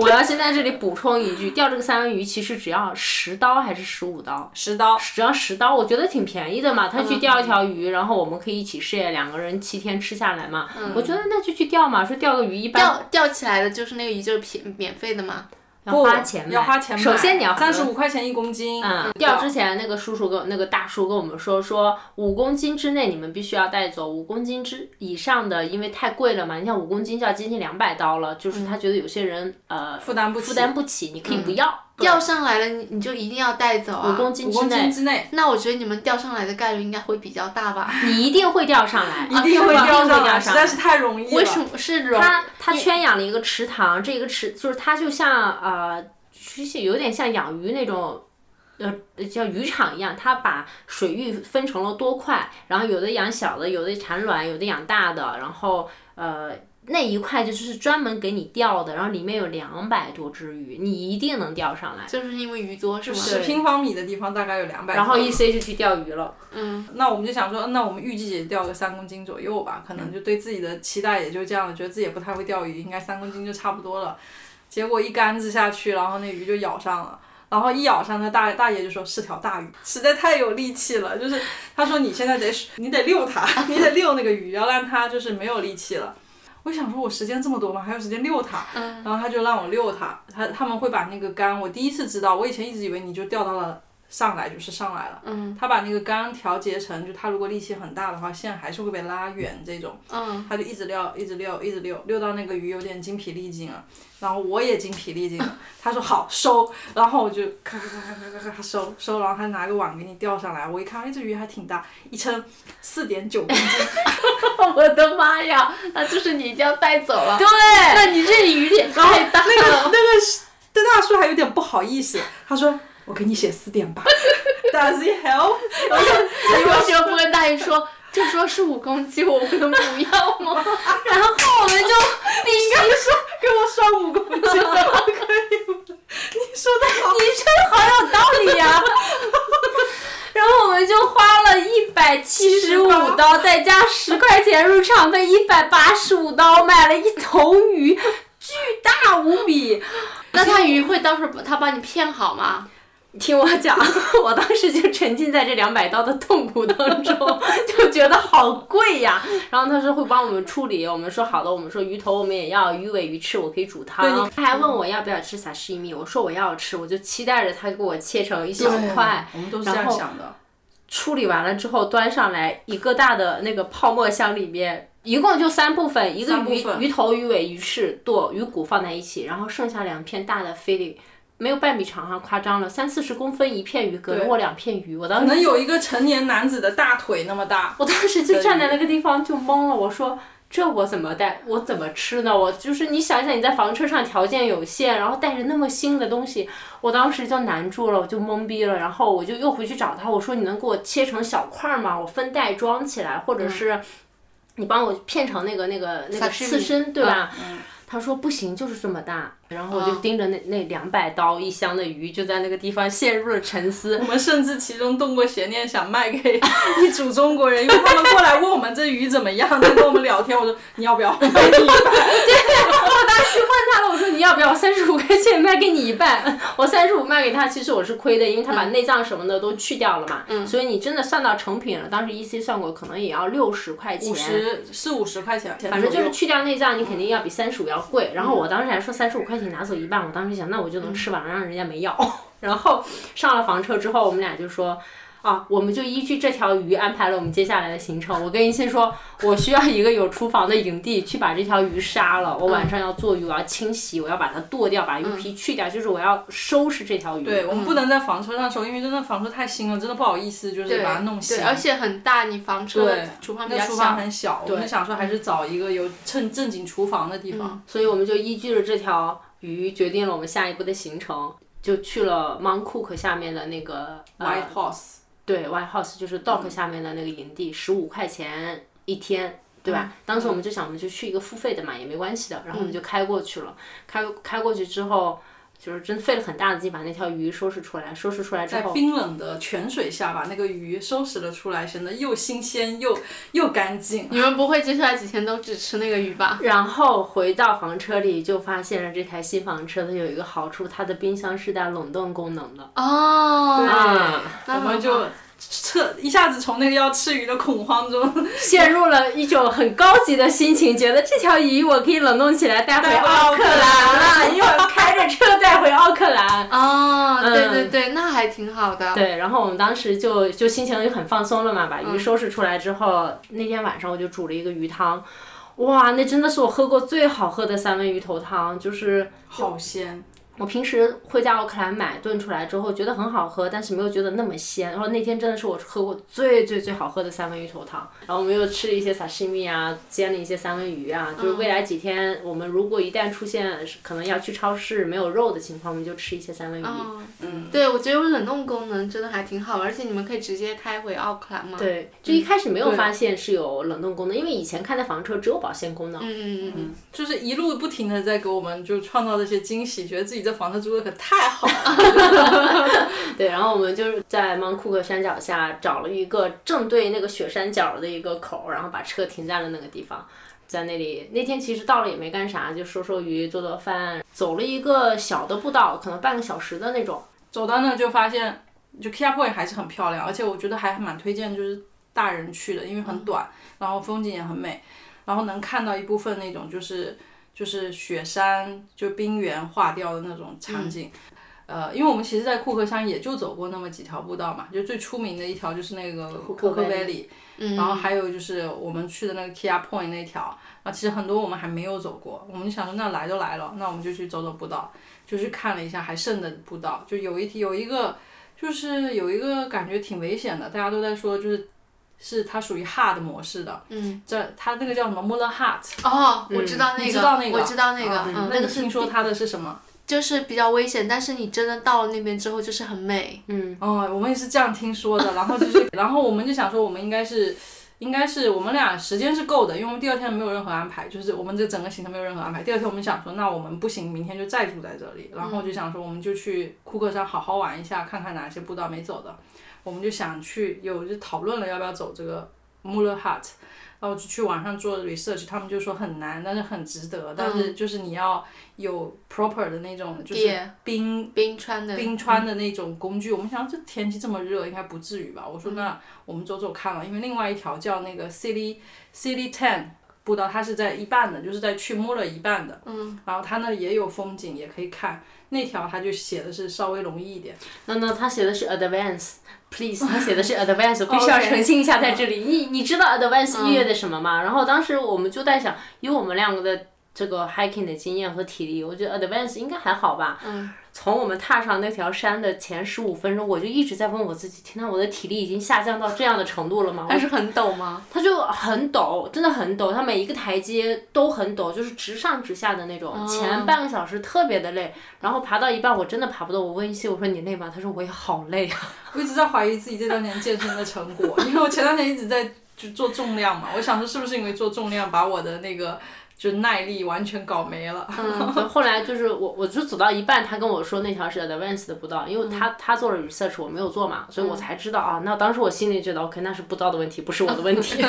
Speaker 1: 我要先在这里补充一句，钓这个三文鱼其实只要十刀还是十五刀，
Speaker 2: 十刀，
Speaker 1: 只要十刀，我觉得挺便宜的
Speaker 2: 嗯
Speaker 1: 嘛。他去钓一条鱼，然后我们可以一起试验，两个人七天吃下来嘛。
Speaker 2: 嗯
Speaker 1: 我觉得那就去钓嘛，说钓个鱼一般
Speaker 3: 钓钓起来的就是那个鱼，就是免免费的嘛。
Speaker 1: 要花钱买，
Speaker 2: 要花钱买。
Speaker 1: 首先你要
Speaker 2: 三十五块钱一公斤。
Speaker 1: 嗯，钓之前那个叔叔跟我那个大叔跟我们说，说五公斤之内你们必须要带走，五公斤之以上的，因为太贵了嘛。你像五公斤就要接近两百刀了，就是他觉得有些人、呃负
Speaker 2: 担不起嗯
Speaker 1: 负担不起，你可以不要。
Speaker 3: 钓上来了，你你就一定要带走啊。
Speaker 1: 五公斤
Speaker 2: 五
Speaker 1: 之
Speaker 2: 公斤
Speaker 1: 内，
Speaker 2: 之内，
Speaker 3: 那我觉得你们钓上来的概率应该会比较大吧？
Speaker 1: 你一定会钓上来，啊一
Speaker 2: 一定会钓上来，
Speaker 1: 来，
Speaker 2: 实在是太容易了。
Speaker 3: 为什么 是容？
Speaker 1: 他他圈养了一个池塘，这个池就是它就像呃，其实有点像养鱼那种。呃，叫渔场一样，它把水域分成了多块，然后有的养小的，有的产卵，有的养大的，然后呃那一块就是专门给你钓的，然后里面有两百多只鱼，你一定能钓上来。
Speaker 3: 就是因为鱼多是吗？
Speaker 2: 十平方米的地方大概有两百。
Speaker 1: 然后一 C 就去钓鱼了，
Speaker 3: 嗯，
Speaker 2: 那我们就想说，那我们预计也钓个三公斤左右吧，可能就对自己的期待也就这样了，觉得自己也不太会钓鱼，应该三公斤就差不多了。结果一竿子下去，然后那鱼就咬上了。然后一咬上，他大大爷就说是条大鱼，实在太有力气了。就是他说你现在得你得遛它， 你得遛那个鱼，要让它就是没有力气了。我想说，我时间这么多吗？还有时间遛它？然后他就让我遛它，他他们会把那个竿，我第一次知道，我以前一直以为你就钓到了上来就是上来了。嗯，他把那个杆调节成，就他如果力气很大的话，线还是会被拉远这种。嗯，他就一直溜，一直溜，一直溜，溜到那个鱼有点精疲力尽了，然后我也精疲力尽了。他说好收，然后我就咔咔咔咔咔咔咔收收，然后他拿个网给你钓上来，我一看，哎，这鱼还挺大，一称四点九公斤。
Speaker 3: 我的妈呀，那就是你一定要带走了。
Speaker 1: 对，
Speaker 3: 那你这鱼也太大了。
Speaker 2: 那个 那个是对大叔还有点不好意思，他说我给你写四点吧，Does it help？然后
Speaker 3: 你为什么不跟大鱼说？就说是五公斤，我们不要 吗？然后我们就必须说，
Speaker 2: 给我算五公斤， 我可以吗？ 你说的好，
Speaker 1: 你这好有道理 呀、然后我们就花了一百七十五刀，再加十块钱入场费，一百八十五刀买了一头鱼，巨大无比。
Speaker 3: 那他鱼会到时候他把你骗好吗？
Speaker 1: 听我讲， 我当时就沉浸在这两百刀的痛苦当 中，就觉得好贵呀。然后他说会帮我们处理，我们说好了，我们说鱼头我们也要，鱼尾、鱼翅我可以煮汤。他还问我要不要吃撒西米，我说我要吃，我就期待着他给我切成一小块。
Speaker 2: 我们都是这样想的。
Speaker 1: 处理完了之后端上来一个大的那个泡沫箱里面，一共就三部分，一个
Speaker 2: 三部
Speaker 1: 鱼
Speaker 2: 分
Speaker 1: 鱼头、鱼尾、鱼翅、剁、鱼骨放在一起，然后剩下两片大的菲力。没有半米长哈，夸张了，三四十公分一片鱼，隔着我两片鱼，我
Speaker 2: 可
Speaker 1: 当时
Speaker 2: 能有一个成年男子的大腿那么大，
Speaker 1: 我当时就站在那个地方就懵了，我说这我怎么带，我怎么吃呢？我就是你想想你在房车上条件有限，然后带着那么新的东西，我当时就难住了，我就懵逼了，然后我就又回去找他，我说你能给我切成小块儿吗？我分袋装起来，或者是你帮我片成那个那个那个
Speaker 3: Sashimi
Speaker 1: 嗯刺身，嗯对吧？他说不行，就是这么大。然后我就盯着那那两百刀一箱的鱼，就在那个地方陷入了沉思。
Speaker 2: 我们甚至其中动过邪念，想 卖给一组中国人，因为他们过来问我们这鱼怎么样，在跟我们聊天，我说你要不 要？我卖你一百。
Speaker 1: 我当时问他了，我说你要不要三十五块钱卖给你一半？ 我三十五卖给他，其实我是亏的，因为他
Speaker 2: 嗯
Speaker 1: 把内脏什么的都去掉了嘛。所以你真的算到成品了，当时 E C 算过，可能也要六十块钱。
Speaker 2: 五十四五十块钱，
Speaker 1: 反正就是去掉内脏，你肯定要比三十五要贵。然后
Speaker 2: 嗯
Speaker 1: 我当时还说三十五块钱拿走一半，我当时想那我就能吃完，让人家没要。 然后上了房车之后，我们俩就说。啊，我们就依据这条鱼安排了我们接下来的行程。我跟一心说，我需要一个有厨房的营地去把这条鱼杀了。我
Speaker 2: 嗯
Speaker 1: 晚上要做鱼，我要清洗，我要把它剁掉，把鱼皮去掉，就是我要收拾这条鱼。
Speaker 2: 对我们不能在房车上收，因为真的房车太新了，真的不好意思，就是
Speaker 3: 对，
Speaker 2: 把它弄
Speaker 3: 对，
Speaker 2: 新。
Speaker 3: 而且很大，你房车的厨房比
Speaker 2: 那
Speaker 3: 较
Speaker 2: 厨房
Speaker 3: 小。
Speaker 2: 很小，我们想说还是找一个有正正经厨房的地方。
Speaker 1: 所以我们就依据着这条鱼，决定了我们下一步的行程，就去了 Mount Cook 下面的那个呃
Speaker 2: White Horse，
Speaker 1: 对，White House 就是 Dock 下面的那个营地，十五、块钱一天，对吧？当时我们就想，我们就去一个付费的嘛，也没关系的。然后我们就开过去了，开开过去之后，就是真费了很大的劲把那条鱼收拾出来，收拾出来之
Speaker 2: 在
Speaker 1: 后，
Speaker 2: 冰冷的泉水下把那个鱼收拾了出来，显得又新鲜又又干净。
Speaker 3: 你们不会接下来几天都只吃那个鱼吧？
Speaker 1: 然后回到房车里就发现了这台新房车它有一个好处，它的冰箱是带冷冻功能的。
Speaker 3: 哦，
Speaker 1: 啊，
Speaker 3: 那
Speaker 2: 我
Speaker 3: 很好
Speaker 2: 们就彻一下子从那个要吃鱼的恐慌中
Speaker 1: 陷入了一种很高级的心情，觉得这条鱼我可以冷冻起来带回
Speaker 2: 带回
Speaker 1: 奥
Speaker 2: 奥
Speaker 1: 克
Speaker 2: 克
Speaker 1: 兰了，一会儿开着车带回奥克兰。
Speaker 3: 哦，对
Speaker 1: 嗯
Speaker 3: 对对，那还挺好的。
Speaker 1: 对，然后我们当时就就心情就很放松了嘛，把鱼收拾出来之后，那天晚上我就煮了一个鱼汤，哇，那真的是我喝过最好喝的三文鱼头汤，就是
Speaker 2: 好鲜，
Speaker 1: 我平时会在奥克兰买炖出来之后觉得很好喝，但是没有觉得那么鲜。然后那天真的是我喝过最最最好喝的三文鱼头汤。然后我们又吃了一些沙西米啊，煎了一些三文鱼啊。就是未来几天我们如果一旦出现可能要去超市没有肉的情况，我们就吃一些三文鱼。
Speaker 3: 哦，
Speaker 2: 嗯
Speaker 3: 对，我觉得有冷冻功能真的还挺好，而且你们可以直接开回奥克兰嘛。
Speaker 1: 对，就一开始没有发现是有冷冻功能，因为以前开的房车只有保鲜功能。
Speaker 3: 嗯嗯嗯，
Speaker 2: 就是一路不停的在给我们就创造这些惊喜，觉得自己这房子住的可太好了。
Speaker 1: 对，然后我们就是在 Mount Cook 山脚下找了一个正对那个雪山脚的一个口，然后把车停在了那个地方。在那里那天其实到了也没干啥，就收收鱼、做做饭，走了一个小的步道，可能半个小时的那种。
Speaker 2: 走到那就发现，就 Kia Point 还是很漂亮，而且我觉得还蛮推荐就是大人去的，因为
Speaker 1: 嗯
Speaker 2: 很短，然后风景也很美，然后能看到一部分那
Speaker 1: 嗯
Speaker 2: 种就是就是雪山就冰原化掉的那种场景。呃，因为我们其实，在库克山也就走过那么几条步道嘛，就最出名的一条就是那个库
Speaker 1: 克
Speaker 2: 克
Speaker 1: Valley
Speaker 2: Valley，
Speaker 3: 嗯
Speaker 2: 然后还有就是我们去的那个 Kia Point 那条，啊，其实很多我们还没有走过，我们就想说那来都来了，那我们就去走走步道，就去看了一下还剩的步道，就有一有一个就是有一个感觉挺危险的，大家都在说就是是它属于 hard 模式的，嗯，这它那个叫什么 Muller hard，
Speaker 3: 哦，我知道那个，
Speaker 2: 嗯你知道那个
Speaker 3: 我知道那个，
Speaker 2: 啊
Speaker 3: 嗯，
Speaker 2: 那你听说它的是什么？
Speaker 3: 就是比较危险，但是你真的到了那边之后就是很美，
Speaker 2: 哦，我们也是这样听说的，然 后就是，然后我们就想说，我们应该是，应该是我们俩时间是够的，因为我们第二天没有任何安排，就是我们这整个行程没有任何安排。第二天我们想说，那我们不行，明天就再住在这里，然后就想说，我们就去库克山好好玩一下，看看哪些步道没走的。我们就想去，有就讨论了要不要走这个 Muller Hut，然后就去网上做 research，他们就说很难，但是很值得，但是就是你要有 proper 的那种，就是
Speaker 3: 爹
Speaker 2: 冰
Speaker 3: 冰川的，
Speaker 2: 冰川的那种工具，我们想这天气这么热，应该不至于吧？我说
Speaker 1: 嗯
Speaker 2: 那我们走走看了，因为另外一条叫那个 City City Ten 步道，它是在一半的，就是在去摸了一半的，嗯，然后它那里也有风景，也可以看。那条它就写的是稍微容易一点，
Speaker 1: 那那他写的是 advance。Please，他 写的是 advance，我必须要澄清一下在这里。你你知道 advance 意味着什么吗？然后当时我们就在想，以我们两个的这个 hiking 的经验和体力，我觉得 advance 应该还好吧。嗯。从我们踏上那条山的前十五分钟，我就一直在问我自己：天呐，我的体力已经下降到这样的程度了吗？
Speaker 3: 但是很陡吗？
Speaker 1: 它啊就很陡，真的很陡，它每一个台阶都很陡，就是直上直下的那种。前半个小时特别的累，然后爬到一半我真的爬不动。我问一西，我说你累吗？他说我也好累啊。
Speaker 2: 我一直在怀疑自己这段年健身的成果， 因为我前段时间一直在就做重量嘛，我想说是不是因为做重量把我的那个就耐力完全搞没了。
Speaker 1: 嗯、后来就是我，我就走到一半，他跟我说那条是 advanced 的步道，因为他、他做了 research，我没有做嘛，所以我才知道啊。那当时我心里觉得 OK，那是步道的问题，不是我的问题。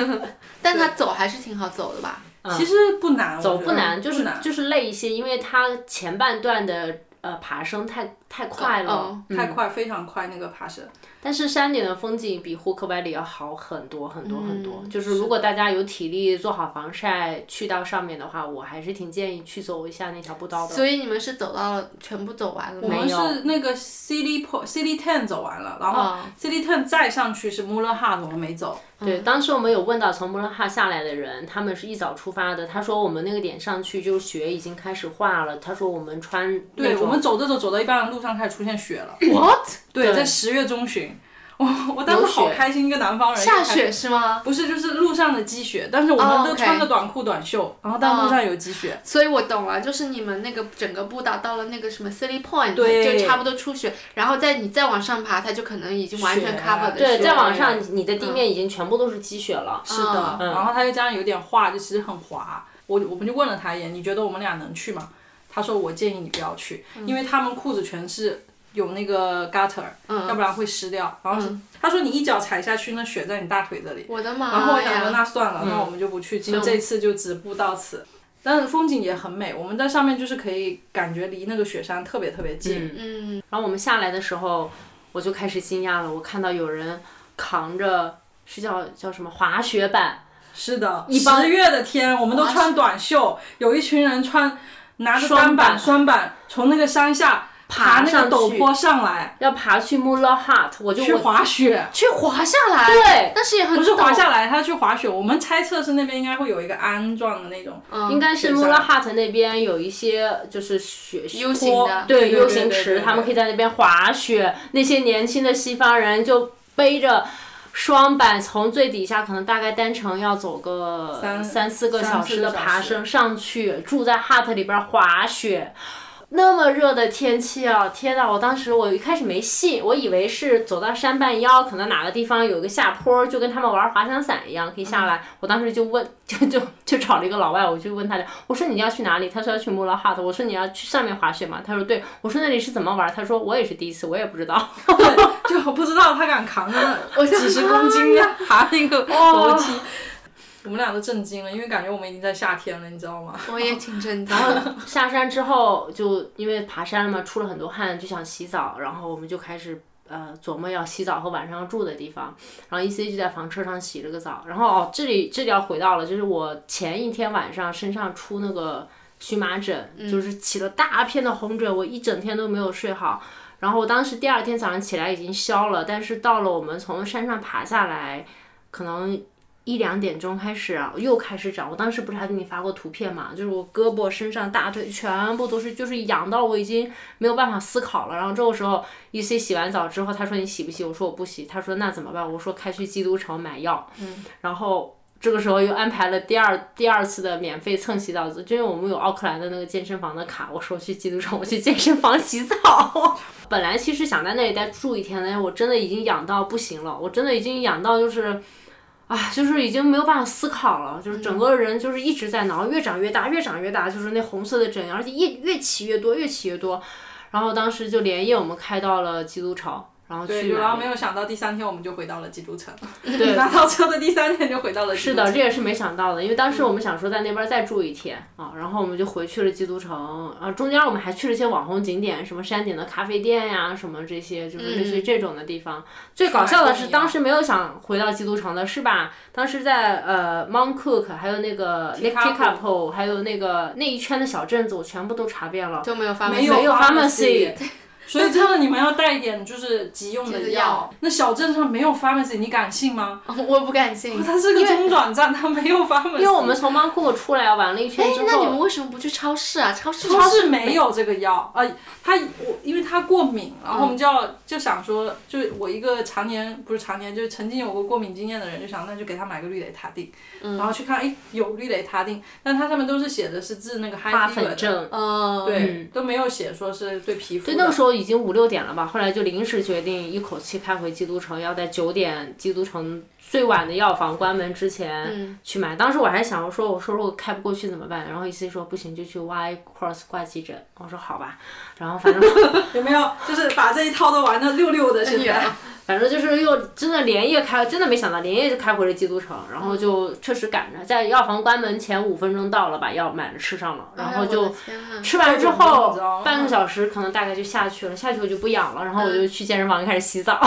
Speaker 3: 但它走还是挺好走的吧？
Speaker 2: 其实不难，走
Speaker 1: 嗯不难，就是
Speaker 2: 难
Speaker 1: 就是累一些，因为它前半段的呃爬升太太快了。
Speaker 3: 哦
Speaker 1: 嗯
Speaker 2: 太快，非常快那个爬升。
Speaker 1: 但是山顶的风景比胡克百里要好很多很多很多。
Speaker 3: 嗯
Speaker 1: 就是如果大家有体力做好防晒，去到上面的话，我还是挺建议去走一下那条步道的。
Speaker 3: 所以你们是走到了全部走完了
Speaker 2: 我
Speaker 3: 吗？
Speaker 2: 们
Speaker 1: 没有
Speaker 2: 是那个 City Po City Ten 走完了，然后
Speaker 3: 哦
Speaker 2: City Ten 再上去是 Muller Hut，我们没走。
Speaker 1: 对，当时我们有问到从摩洛哈下来的人，他们是一早出发的。他说我们那个点上去就雪已经开始化了。他说我们穿那
Speaker 2: 对，我
Speaker 1: 种
Speaker 2: 们走着走，走到一半路上开始出现雪了。
Speaker 3: What？
Speaker 2: 对，在十月中旬，我我当时
Speaker 1: 有雪
Speaker 2: 好开心，一个南方人。
Speaker 3: 下雪是吗？
Speaker 2: 不是，就是路上的积雪，但是我
Speaker 3: 哦
Speaker 2: 们
Speaker 3: ，OK
Speaker 2: 都
Speaker 3: 哦
Speaker 2: 穿着短裤短袖，然后但路上有积雪。
Speaker 3: 所以我懂了，就是你们那个整个步道到了那个什么 City Point，
Speaker 2: 对
Speaker 3: 就差不多出雪，然后再你再往上爬，它就可能已经完全
Speaker 2: 雪
Speaker 3: cover 的
Speaker 1: 对，
Speaker 3: 雪
Speaker 1: 再往
Speaker 2: 啊对
Speaker 1: 上你的地面已经全部都是积雪了。
Speaker 2: 是的，
Speaker 1: 嗯
Speaker 2: 然后它又加上有点滑，就其实很滑。我我们就问了他一眼，你觉得我们俩能去吗？他说我建议你不要去，因为他们裤子全是有那个 gutter，、要不然会湿掉。然后是、他说你一脚踩下去，那雪在你大腿这里。
Speaker 3: 我的哎妈呀！
Speaker 2: 然后我想说那算了，那我们就不去，今这次就止步到此。但是风景也很美，我们在上面就是可以感觉离那个雪山特别特别近。
Speaker 3: 嗯，
Speaker 1: 然后我们下来的时候，我就开始惊讶了，我看到有人扛着是叫叫什么滑雪板，
Speaker 2: 是的，
Speaker 1: 一帮
Speaker 2: 十月的天，我们都穿短袖，有一群人穿拿着单板、
Speaker 1: 双
Speaker 2: 双板从那个山下爬
Speaker 1: 爬
Speaker 2: 那个
Speaker 1: 上
Speaker 2: 陡
Speaker 1: 去
Speaker 2: 坡上来
Speaker 1: 要爬去 m u l l a Hut，我就
Speaker 2: 去
Speaker 1: 我
Speaker 2: 滑雪，
Speaker 3: 去滑下来，
Speaker 1: 对
Speaker 3: 但是也很
Speaker 2: 不是滑
Speaker 3: 陡
Speaker 2: 下来，他去滑雪。我们猜测是那边应该会有一个鞍状嗯的那种，
Speaker 3: 嗯
Speaker 1: 应该是
Speaker 2: 雪
Speaker 1: m u
Speaker 2: 山
Speaker 1: l l a Hut 那边有一些就是雪
Speaker 3: U 型
Speaker 1: 坡
Speaker 3: 的
Speaker 1: 对
Speaker 2: 对
Speaker 1: U
Speaker 2: 对
Speaker 1: 型
Speaker 2: 对
Speaker 1: 池，
Speaker 2: 对
Speaker 1: 他们
Speaker 2: 对
Speaker 1: 可以在那边滑雪。那些年轻的西方人就背着。双板从最底下可能大概单程要走个
Speaker 2: 三
Speaker 1: 三四个
Speaker 2: 三
Speaker 1: 小
Speaker 2: 四
Speaker 1: 时
Speaker 2: 个
Speaker 1: 的
Speaker 2: 小
Speaker 1: 爬
Speaker 2: 时
Speaker 1: 升上去，住在 hut 里边滑雪，那么热的天气啊！天呐，我当时我一开始没信，我以为是走到山半腰，可能哪个地方有个下坡，就跟他们玩滑翔伞一样可以
Speaker 2: 嗯
Speaker 1: 下来。我当时就问，就就就找了一个老外，我就问他俩，我说你要去哪里？他说要去穆拉哈特。我说你要去上面滑雪吗？他说对。我说那里是怎么玩？他说我也是第一次，我也不知道。
Speaker 2: 对，就我不知道他敢扛着那几十公斤 啊的爬那个楼梯。我们俩都震惊了，因为感觉我们已经在夏天了，你知道吗？
Speaker 3: 我也挺震惊。
Speaker 1: 下山之后，就因为爬山了嘛，出了很多汗，就想洗澡，然后我们就开始呃琢磨要洗澡和晚上要住的地方。然后 E C 就在房车上洗了个澡，然后哦，这里这里要回到了，就是我前一天晚上身上出那个荨麻疹，就是起了大片的红疹，我一整天都没有睡好。然后我当时第二天早上起来已经消了，但是到了我们从山上爬下来，可能一两点钟开始啊，又开始长。我当时不是还给你发过图片嘛，就是我胳膊、身上、大腿全部都是，就是痒到我已经没有办法思考了。然后这个时候，E C 洗完澡之后，他说你洗不洗？我说我不洗。他说那怎么办？我说开去基督城买药。嗯，然后。这个时候又安排了第二第二次的免费蹭洗澡，就因为我们有奥克兰的那个健身房的卡，我说去基督城，我去健身房洗澡。 本来其实想在那里再住一天的，我真的已经痒到不行了，我真的已经痒到就是，啊，就是已经没有办法思考了，就是整个人就是一直在挠，越长越大，越长越大，就是那红色的疹，而且越越起越多，越起越多。然后当时就连夜我们开到了基督城，然后去
Speaker 2: 对，
Speaker 1: 买
Speaker 2: 然后没有想到第三天我们就回到了基督城，
Speaker 1: 对
Speaker 2: 拿到车的第三天就回到了基
Speaker 1: 是
Speaker 2: 督城。
Speaker 1: 的，这也是没想到的，因为当时我们想说在那边再住一天啊，然后我们就回去了基督城啊，中间我们还去了一些网红景点，什么山顶的咖啡店呀，什么这些，就是类似于这种的地方。最搞笑的是，当时没有想回到基督城的是吧？当时在呃 Mount Cook，还有那个 Lake
Speaker 2: Tekapo
Speaker 1: Tekapo，还有那个那一圈的小镇子，我全部都查遍了。
Speaker 3: 就没有发
Speaker 2: 没
Speaker 3: 没
Speaker 2: 有
Speaker 1: 没有
Speaker 2: pharmacy，所以真的你们要带一点就是急用
Speaker 3: 就
Speaker 2: 的
Speaker 3: 是药。
Speaker 2: 那小镇上没有 pharmacy，你敢信吗？
Speaker 3: 我不敢信。
Speaker 2: 它是个中转站，它没有
Speaker 1: 因
Speaker 2: pharmacy。
Speaker 1: 为我们从 Mount Cook 出来玩了一圈
Speaker 3: 哎
Speaker 1: 之，
Speaker 3: 那你
Speaker 1: 后
Speaker 3: 们，为什么不去超市啊？超市
Speaker 2: 超市没有这个药，呃，他我因为他过敏，然后我
Speaker 1: 嗯
Speaker 2: 们就要就想说，就是我一个常年不是常年，就是曾经有过过敏经验的人，就想那就给他买个氯雷他定，
Speaker 1: 嗯
Speaker 2: 然后去看，哎，有氯雷他定，但它上面都是写的是治那个
Speaker 1: 花
Speaker 2: high
Speaker 1: 粉
Speaker 2: fever 的，
Speaker 1: 症。
Speaker 3: 嗯，
Speaker 2: 对，都没有写说是对皮肤
Speaker 1: 对，那个
Speaker 2: 的。
Speaker 1: 时候已经五六点了吧，后来就临时决定一口气开回基督城，要在九点基督城最晚的药房关门之
Speaker 3: 嗯
Speaker 1: 前去买。当时我还想着说，我说如果开不过去怎么办？然后医生说不行，就去 Y Cross 挂急诊。我说好吧，然后反 正
Speaker 2: 有没有就是把这一套都玩的溜溜
Speaker 1: 哎
Speaker 2: 的？现在
Speaker 3: 远
Speaker 1: 反正就是又真的连夜开，真的没想到连夜就开回了基督城，然后就
Speaker 3: 嗯
Speaker 1: 确实赶着在药房关门前五分钟到了，把药买了吃上了，然后就。
Speaker 3: 哎呀我的天呐
Speaker 1: 吃完之
Speaker 2: 这种你
Speaker 1: 后
Speaker 2: 知道吗
Speaker 1: 半个小时可能大概就下去了，下去我就不痒了，然
Speaker 2: 嗯
Speaker 1: 后我就去健身房开始洗 澡，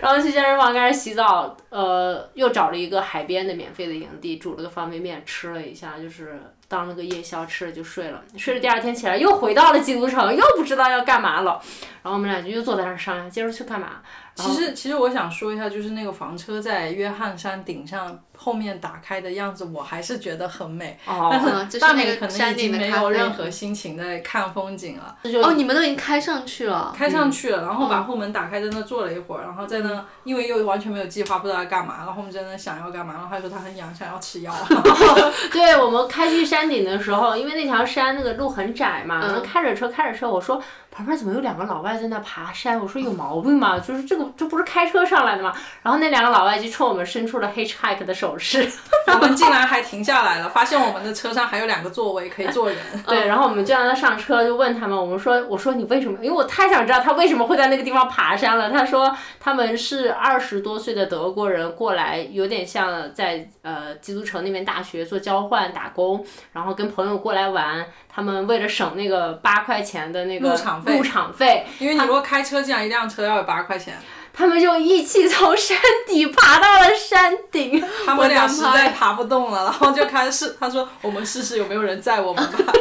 Speaker 1: 然后去健身房开始洗澡，呃，又找了一个海边的免费的营地，煮了个方便面吃了一下，就是当了个夜宵吃了就睡了，睡了第二天起来又回到了基督城，又不知道要干嘛了，然后我们俩就又坐在那儿商量接着去干嘛，然
Speaker 2: 其
Speaker 1: 后
Speaker 2: 实，其实我想说一下，就是那个房车在约翰山顶上后面打开的样子，我还是觉得很美。
Speaker 1: 哦，
Speaker 3: 嗯
Speaker 2: 但
Speaker 3: 就是
Speaker 2: 大
Speaker 3: 那
Speaker 2: 美
Speaker 3: 个
Speaker 2: 可能已
Speaker 3: 山顶
Speaker 2: 经
Speaker 3: 的
Speaker 2: 没
Speaker 3: 咖
Speaker 2: 有
Speaker 3: 啡
Speaker 2: 任何心情在看风景了，
Speaker 1: 这就
Speaker 3: 哦，你们都已经开上去了，
Speaker 2: 开上去了，然后把
Speaker 3: 嗯
Speaker 2: 后门打开，在那坐了一会儿，然后在那，因为又完全没有计划，不知道要干嘛，然后我们在那想要干嘛，然后他说他很痒，想要吃药，
Speaker 1: 对我们开去山顶的时候，因为那条山那个路很窄嘛，
Speaker 3: 嗯
Speaker 1: 然后开着车开着车，我说旁边怎么有两个老外在那爬山？我说有毛病吧，就是这个这不是开车上来的吗？然后那两个老外就冲我们伸出了 hitchhike 的手势，
Speaker 2: 我们竟然还停下来了，发现我们的车上还有两个座位可以坐人，
Speaker 1: 对，然后我们就让他上车，就问他们，我们说，我说你为什么？因为我太想知道他为什么会在那个地方爬山了。他说他们是二十多岁的德国人过来，有点像在呃基督城那边大学做交换打工，然后跟朋友过来玩。他们为了省那个八块钱的那个
Speaker 2: 入场费
Speaker 1: 入场费，
Speaker 2: 因为你如果开车进来一辆车要有八块钱，
Speaker 1: 他们就一起从山底爬到了山顶。
Speaker 2: 他们俩
Speaker 3: 我的
Speaker 2: 实
Speaker 3: 妈呀
Speaker 2: 在爬不动了，然后就开始他说我们试试有没有人载我们 吧，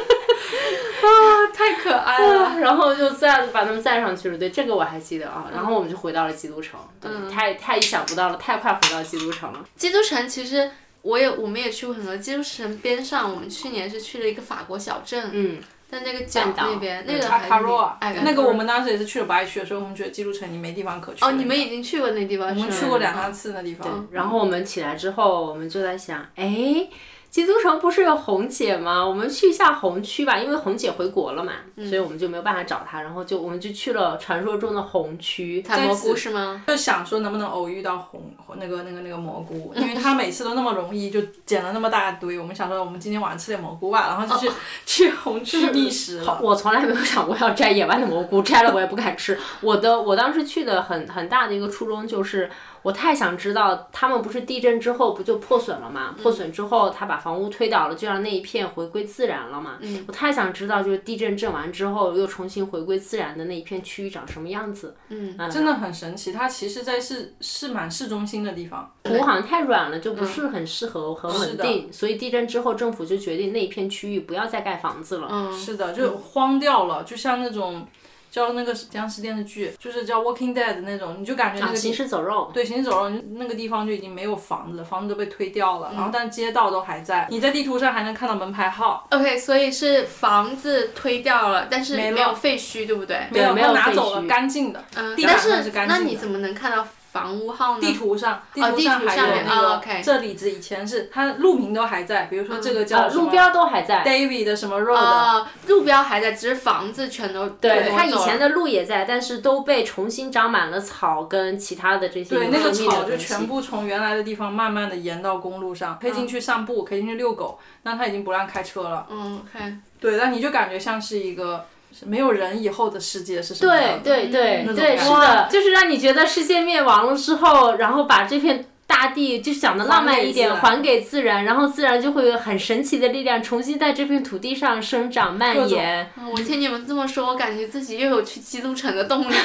Speaker 3: 太可爱
Speaker 2: 哎
Speaker 3: 了。
Speaker 1: 然后就载把他们载上去了，对这个我还记得啊。然后我们就回到了基督城，对，
Speaker 2: 嗯
Speaker 1: 太太意想不到了，太快回到基督城了。
Speaker 3: 基督城其实我也我们也去过很多，基督城边上我们去年是去了一个法国小镇，
Speaker 1: 嗯，
Speaker 3: 在那个角
Speaker 1: 半岛
Speaker 3: 那边，那
Speaker 1: 嗯
Speaker 3: 个
Speaker 2: 阿
Speaker 3: 还
Speaker 2: 卡若尔
Speaker 3: 哎，
Speaker 2: 那个我们当时也是去了不爱去，所以我们觉得基督城你没地方可去了。
Speaker 3: 哦，你们已经去过那地方，我
Speaker 2: 我们去过两三次那地方，
Speaker 1: 然后我们起来之后，我们就在想，哎，基督城不是有红姐吗？我们去一下红区吧，因为红姐回国了嘛，所以我们就没有办法找她，然后就我们就去了传说中的红区。
Speaker 3: 采蘑菇是吗？
Speaker 2: 就想说能不能偶遇到红那个那个那个蘑菇，
Speaker 1: 嗯
Speaker 2: 因为他每次都那么容易就捡了那么大一堆，我们想说我们今天晚上吃点蘑菇吧，然后就去、 去红区觅食
Speaker 1: 哦好，
Speaker 2: 了。
Speaker 1: 我从来没有想过要摘野外的蘑菇，摘了我也不敢吃。我的我当时去的很很大的一个初衷就是，我太想知道，他们不是地震之后不就破损了吗？
Speaker 2: 嗯
Speaker 1: 破损之后，他把房屋推倒了，就让那一片回归自然了嘛。
Speaker 2: 嗯
Speaker 1: 我太想知道，就是地震震完之后又重新回归自然的那一片区域长什么样子。嗯，
Speaker 2: 真的很神奇。它其实，在市是蛮市中心的地方，
Speaker 1: 土好像太软了，
Speaker 2: 嗯
Speaker 1: 就不是很适合很稳定，所以地震之后，政府就决定那一片区域不要再盖房子了。
Speaker 3: 嗯，
Speaker 2: 是的，就荒掉了，就像那种叫那个僵尸电视剧，就是叫《Walking Dead》那种，你就感觉那
Speaker 1: 啊，
Speaker 2: 个
Speaker 1: 行尸走肉。
Speaker 2: 对，行尸走肉，那个地方就已经没有房子了，房子都被推掉了，
Speaker 1: 嗯
Speaker 2: 然后但街道都还在，你在地图上还能看到门牌号，
Speaker 3: OK，所以是房子推掉了，但是
Speaker 2: 没了
Speaker 3: 没有废墟，对不对？
Speaker 2: 没有，
Speaker 1: 没有
Speaker 2: 它拿
Speaker 1: 废
Speaker 2: 走了
Speaker 1: 墟
Speaker 2: 干净的，
Speaker 3: 嗯，
Speaker 2: 地板
Speaker 3: 但
Speaker 2: 上
Speaker 3: 是
Speaker 2: 是干
Speaker 3: 那
Speaker 2: 净
Speaker 3: 你
Speaker 2: 的
Speaker 3: 怎么能看到房屋号呢？
Speaker 2: 地图上，地
Speaker 3: 哦
Speaker 2: 图
Speaker 3: 地
Speaker 2: 上
Speaker 3: 图
Speaker 2: 还
Speaker 3: 上
Speaker 2: 有
Speaker 3: 面
Speaker 2: 那
Speaker 3: 哦
Speaker 2: 个
Speaker 3: ，OK
Speaker 2: 这里子以前是它路名都还在，比如说这个叫
Speaker 1: 呃，
Speaker 2: 什
Speaker 1: 路
Speaker 3: 嗯
Speaker 2: 么
Speaker 1: 标都还在，
Speaker 2: David 的什么 Road，
Speaker 3: 啊、路标还在，只是房子全都
Speaker 1: 对，
Speaker 3: 挪
Speaker 1: 它以
Speaker 3: 走了
Speaker 1: 前的路也在，但是都被重新长满了草跟其他的这些
Speaker 2: 对，
Speaker 1: 有
Speaker 2: 那个
Speaker 1: 生命的
Speaker 2: 草就
Speaker 1: 东西
Speaker 2: 全部从原来的地方慢慢的延到公路上，可以进去散步，可以进去遛狗，那它已经不让开车了。
Speaker 3: 嗯，OK，
Speaker 2: 对，但你就感觉像是一个是没有人以后的世界是什么
Speaker 1: 对
Speaker 2: 样的？
Speaker 1: 对对
Speaker 2: 嗯那种
Speaker 1: 对，
Speaker 2: 感
Speaker 1: 是
Speaker 2: 觉
Speaker 1: 的，就是让你觉得世界灭亡了之后，然后把这片大地就想的浪漫一点，
Speaker 2: 还
Speaker 1: 还给自然，然后自然就会有很神奇的力量重新在这片土地上生长蔓延。
Speaker 3: 嗯我听你们这么说，我感觉自己又有去基督城的动力了。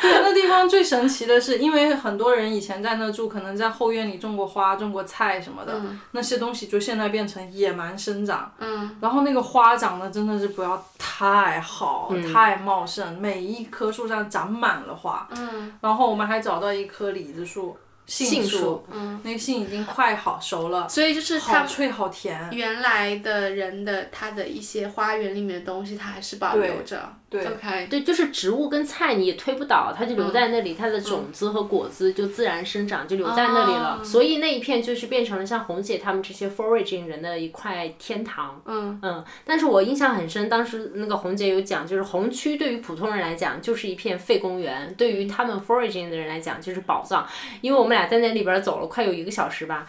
Speaker 2: 对， 那地方最神奇的是，因为很多人以前在那住，可能在后院里种过花、种过菜什么的，那些东西就现在变成野蛮生长。
Speaker 3: 嗯，
Speaker 2: 然后那个花长得真的是不要太好，
Speaker 1: 嗯
Speaker 2: 太茂盛，每一棵树上长满了花。嗯，然后我们还找到一棵李子树，杏
Speaker 1: 杏树
Speaker 3: 嗯，
Speaker 2: 那个杏已经快好熟 了，
Speaker 3: 所以就是
Speaker 2: 好
Speaker 3: 他
Speaker 2: 脆好甜。
Speaker 3: 原来的人的他的一些花园里面的东西，他还是保留着。
Speaker 2: 对
Speaker 3: o k
Speaker 1: 对，就是植物跟菜你也推不倒，它就留在那里，它的种子和果子就自然生长，就留在那里了。所以那一片就是变成了像红姐他们这些 foraging 人的一块天堂。
Speaker 3: 嗯
Speaker 1: 嗯，但是我印象很深，当时那个红姐有讲，就是红区对于普通人来讲就是一片废公园，对于他们 foraging 的人来讲就是宝藏。因为我们俩在那里边走了快有一个小时吧。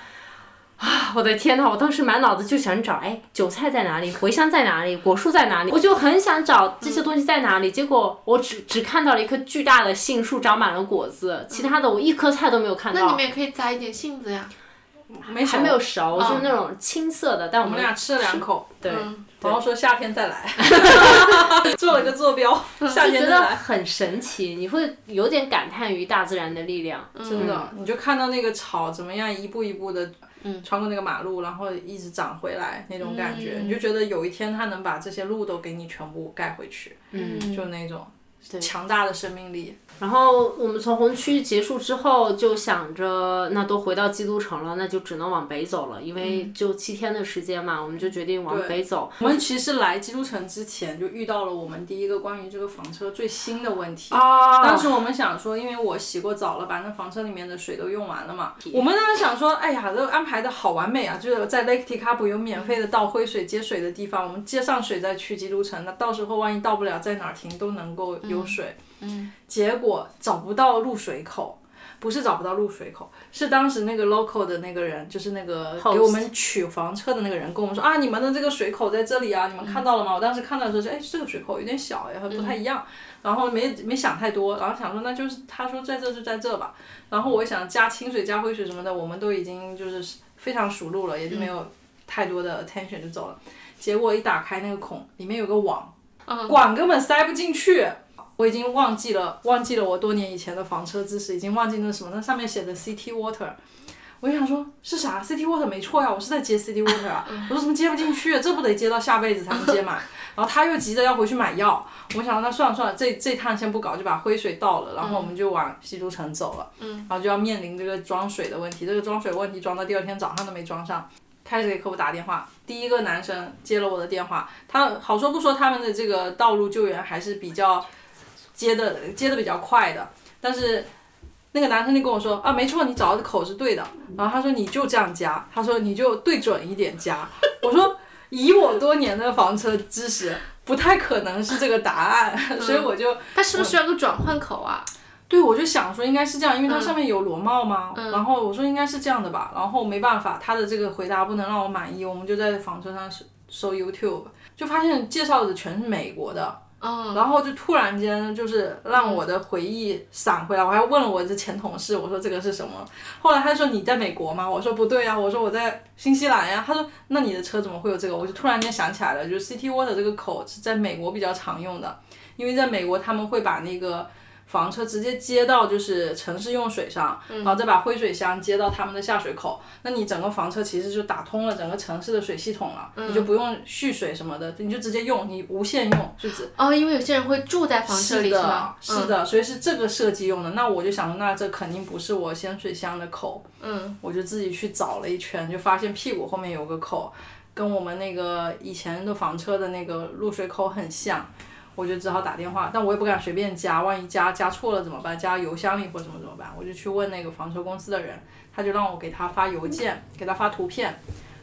Speaker 1: 啊！我的天呐，我当时满脑子就想找，哎，韭菜在哪里？茴香在哪里？果树在哪里？我就很想找这些东西在哪里。结果我只只看到了一棵巨大的杏树，长满了果子，其他的我一颗菜都没有看
Speaker 3: 那你
Speaker 1: 到
Speaker 3: 们，也可以摘一点杏子呀。
Speaker 1: 还
Speaker 2: 没熟嗯
Speaker 1: 没有熟，就是那种青色的。但我
Speaker 2: 我
Speaker 1: 们
Speaker 2: 们俩嗯吃了两口，
Speaker 1: 对，
Speaker 2: 然后说夏天 再来，做了个坐标，
Speaker 1: 嗯
Speaker 2: 夏
Speaker 1: 就
Speaker 2: 天
Speaker 1: 觉
Speaker 2: 再
Speaker 1: 得
Speaker 2: 来。
Speaker 1: 很神奇，你会有点感叹于大自然的力量。
Speaker 2: 真的，你就看到那个草怎么样一步一步的，穿过那个马路，然后一直长回来那种感觉，你就觉得有一天它能把这些路都给你全部盖回去，嗯，就那种强大的生命力。
Speaker 1: 然后我们从红区结束之后，就想着那都回到基督城了，那就只能往北走了，因
Speaker 3: 嗯
Speaker 1: 为就七天的时间嘛，我们就决定往北走。
Speaker 2: 我们其实来基督城之前就遇到了我们第一个关于这个房车最新的问题，当
Speaker 3: 啊
Speaker 1: 哦，
Speaker 2: 时我们想说，因为我洗过澡了，把那房车里面的水都用完了嘛。我们当时想说，哎呀，这安排的好完美啊！就是在 Lake Tikapu 有免费的倒灰水接水的地方，我们接上水再去基督城。那到时候万一到不了，在哪儿停都能够有水。嗯。结果找不到入水口，不是找不到入水口，是当时那个 local 的那个人，就是那个
Speaker 1: Host
Speaker 2: 给我们取房车的那个人，跟我们说啊，你们的这个水口在这里啊，你们看到了吗？我当时看到的时候是，哎，这个水口有点小，然后不太一样。然后没没想太多，然后想说那就是他说在这就在这吧，然后我想加清水加灰水什么的，我们都已经就是非常熟路了，也就没有太多的 attention 就走了。结果一打开那个孔，里面有个网，管根本塞不进去。我已经忘记了，忘记了我多年以前的房车知识，已经忘记那什么，那上面写的 city water。我就想说，是啥？City Water 没错呀，我是在接 City Water 啊。我说怎么接不进去？啊这不得接到下辈子才能接满。然后他又急着要回去买药，我想那算了算了，这这趟先不搞，就把灰水倒了，然后我们就往西都城走了。嗯，然后就要面临这个装水的问题，这个装水问题装到第二天早上都没装上。开始给客户打电话，第一个男生接了我的电话，他好说不说，他们的这个道路救援还是比较接的接的比较快的，但是那个男生就跟我说啊，没错，你找的口是对的。然后他说你就这样加，他说你就对准一点加。我说以我多年的房车知识，不太可能是这个答案， 所以我就
Speaker 3: 它是不是需要个转换口啊？
Speaker 2: 对我就想说应该是这样，因为它上面有螺帽嘛。然后我说应该是这样的吧，然后没办法，他的这个回答不能让我满意，我们就在房车上搜搜 YouTube，就发现介绍的全是美国的。
Speaker 3: 嗯，
Speaker 2: 然后就突然间就是让我的回忆闪回来，我还问了我的前同事，我说这个是什么？后来他说你在美国吗？我说不对啊，我说我在新西兰呀、他说那你的车怎么会有这个？我就突然间想起来了，就是 City Water 这个口是在美国比较常用的，因为在美国他们会把那个。房车直接接到就是城市用水上，然后再把灰水箱接到他们的下水口，那你整个房车其实就打通了整个城市的水系统了，你就不用蓄水什么的，你就直接用，你无限用，就只
Speaker 3: 哦，因为有些人会住在房车里嗯
Speaker 2: 是的
Speaker 3: 吗，？
Speaker 2: 是的，所以是这个设计用的。那我就想说，那这肯定不是我鲜水箱的口，嗯，我就自己去找了一圈，就发现屁股后面有个口，跟我们那个以前的房车的那个露水口很像，我就只好打电话，但我也不敢随便加，万一加加错了怎么办？加邮箱里或怎么怎么办？我就去问那个房车公司的人，他就让我给他发邮件，给他发图片。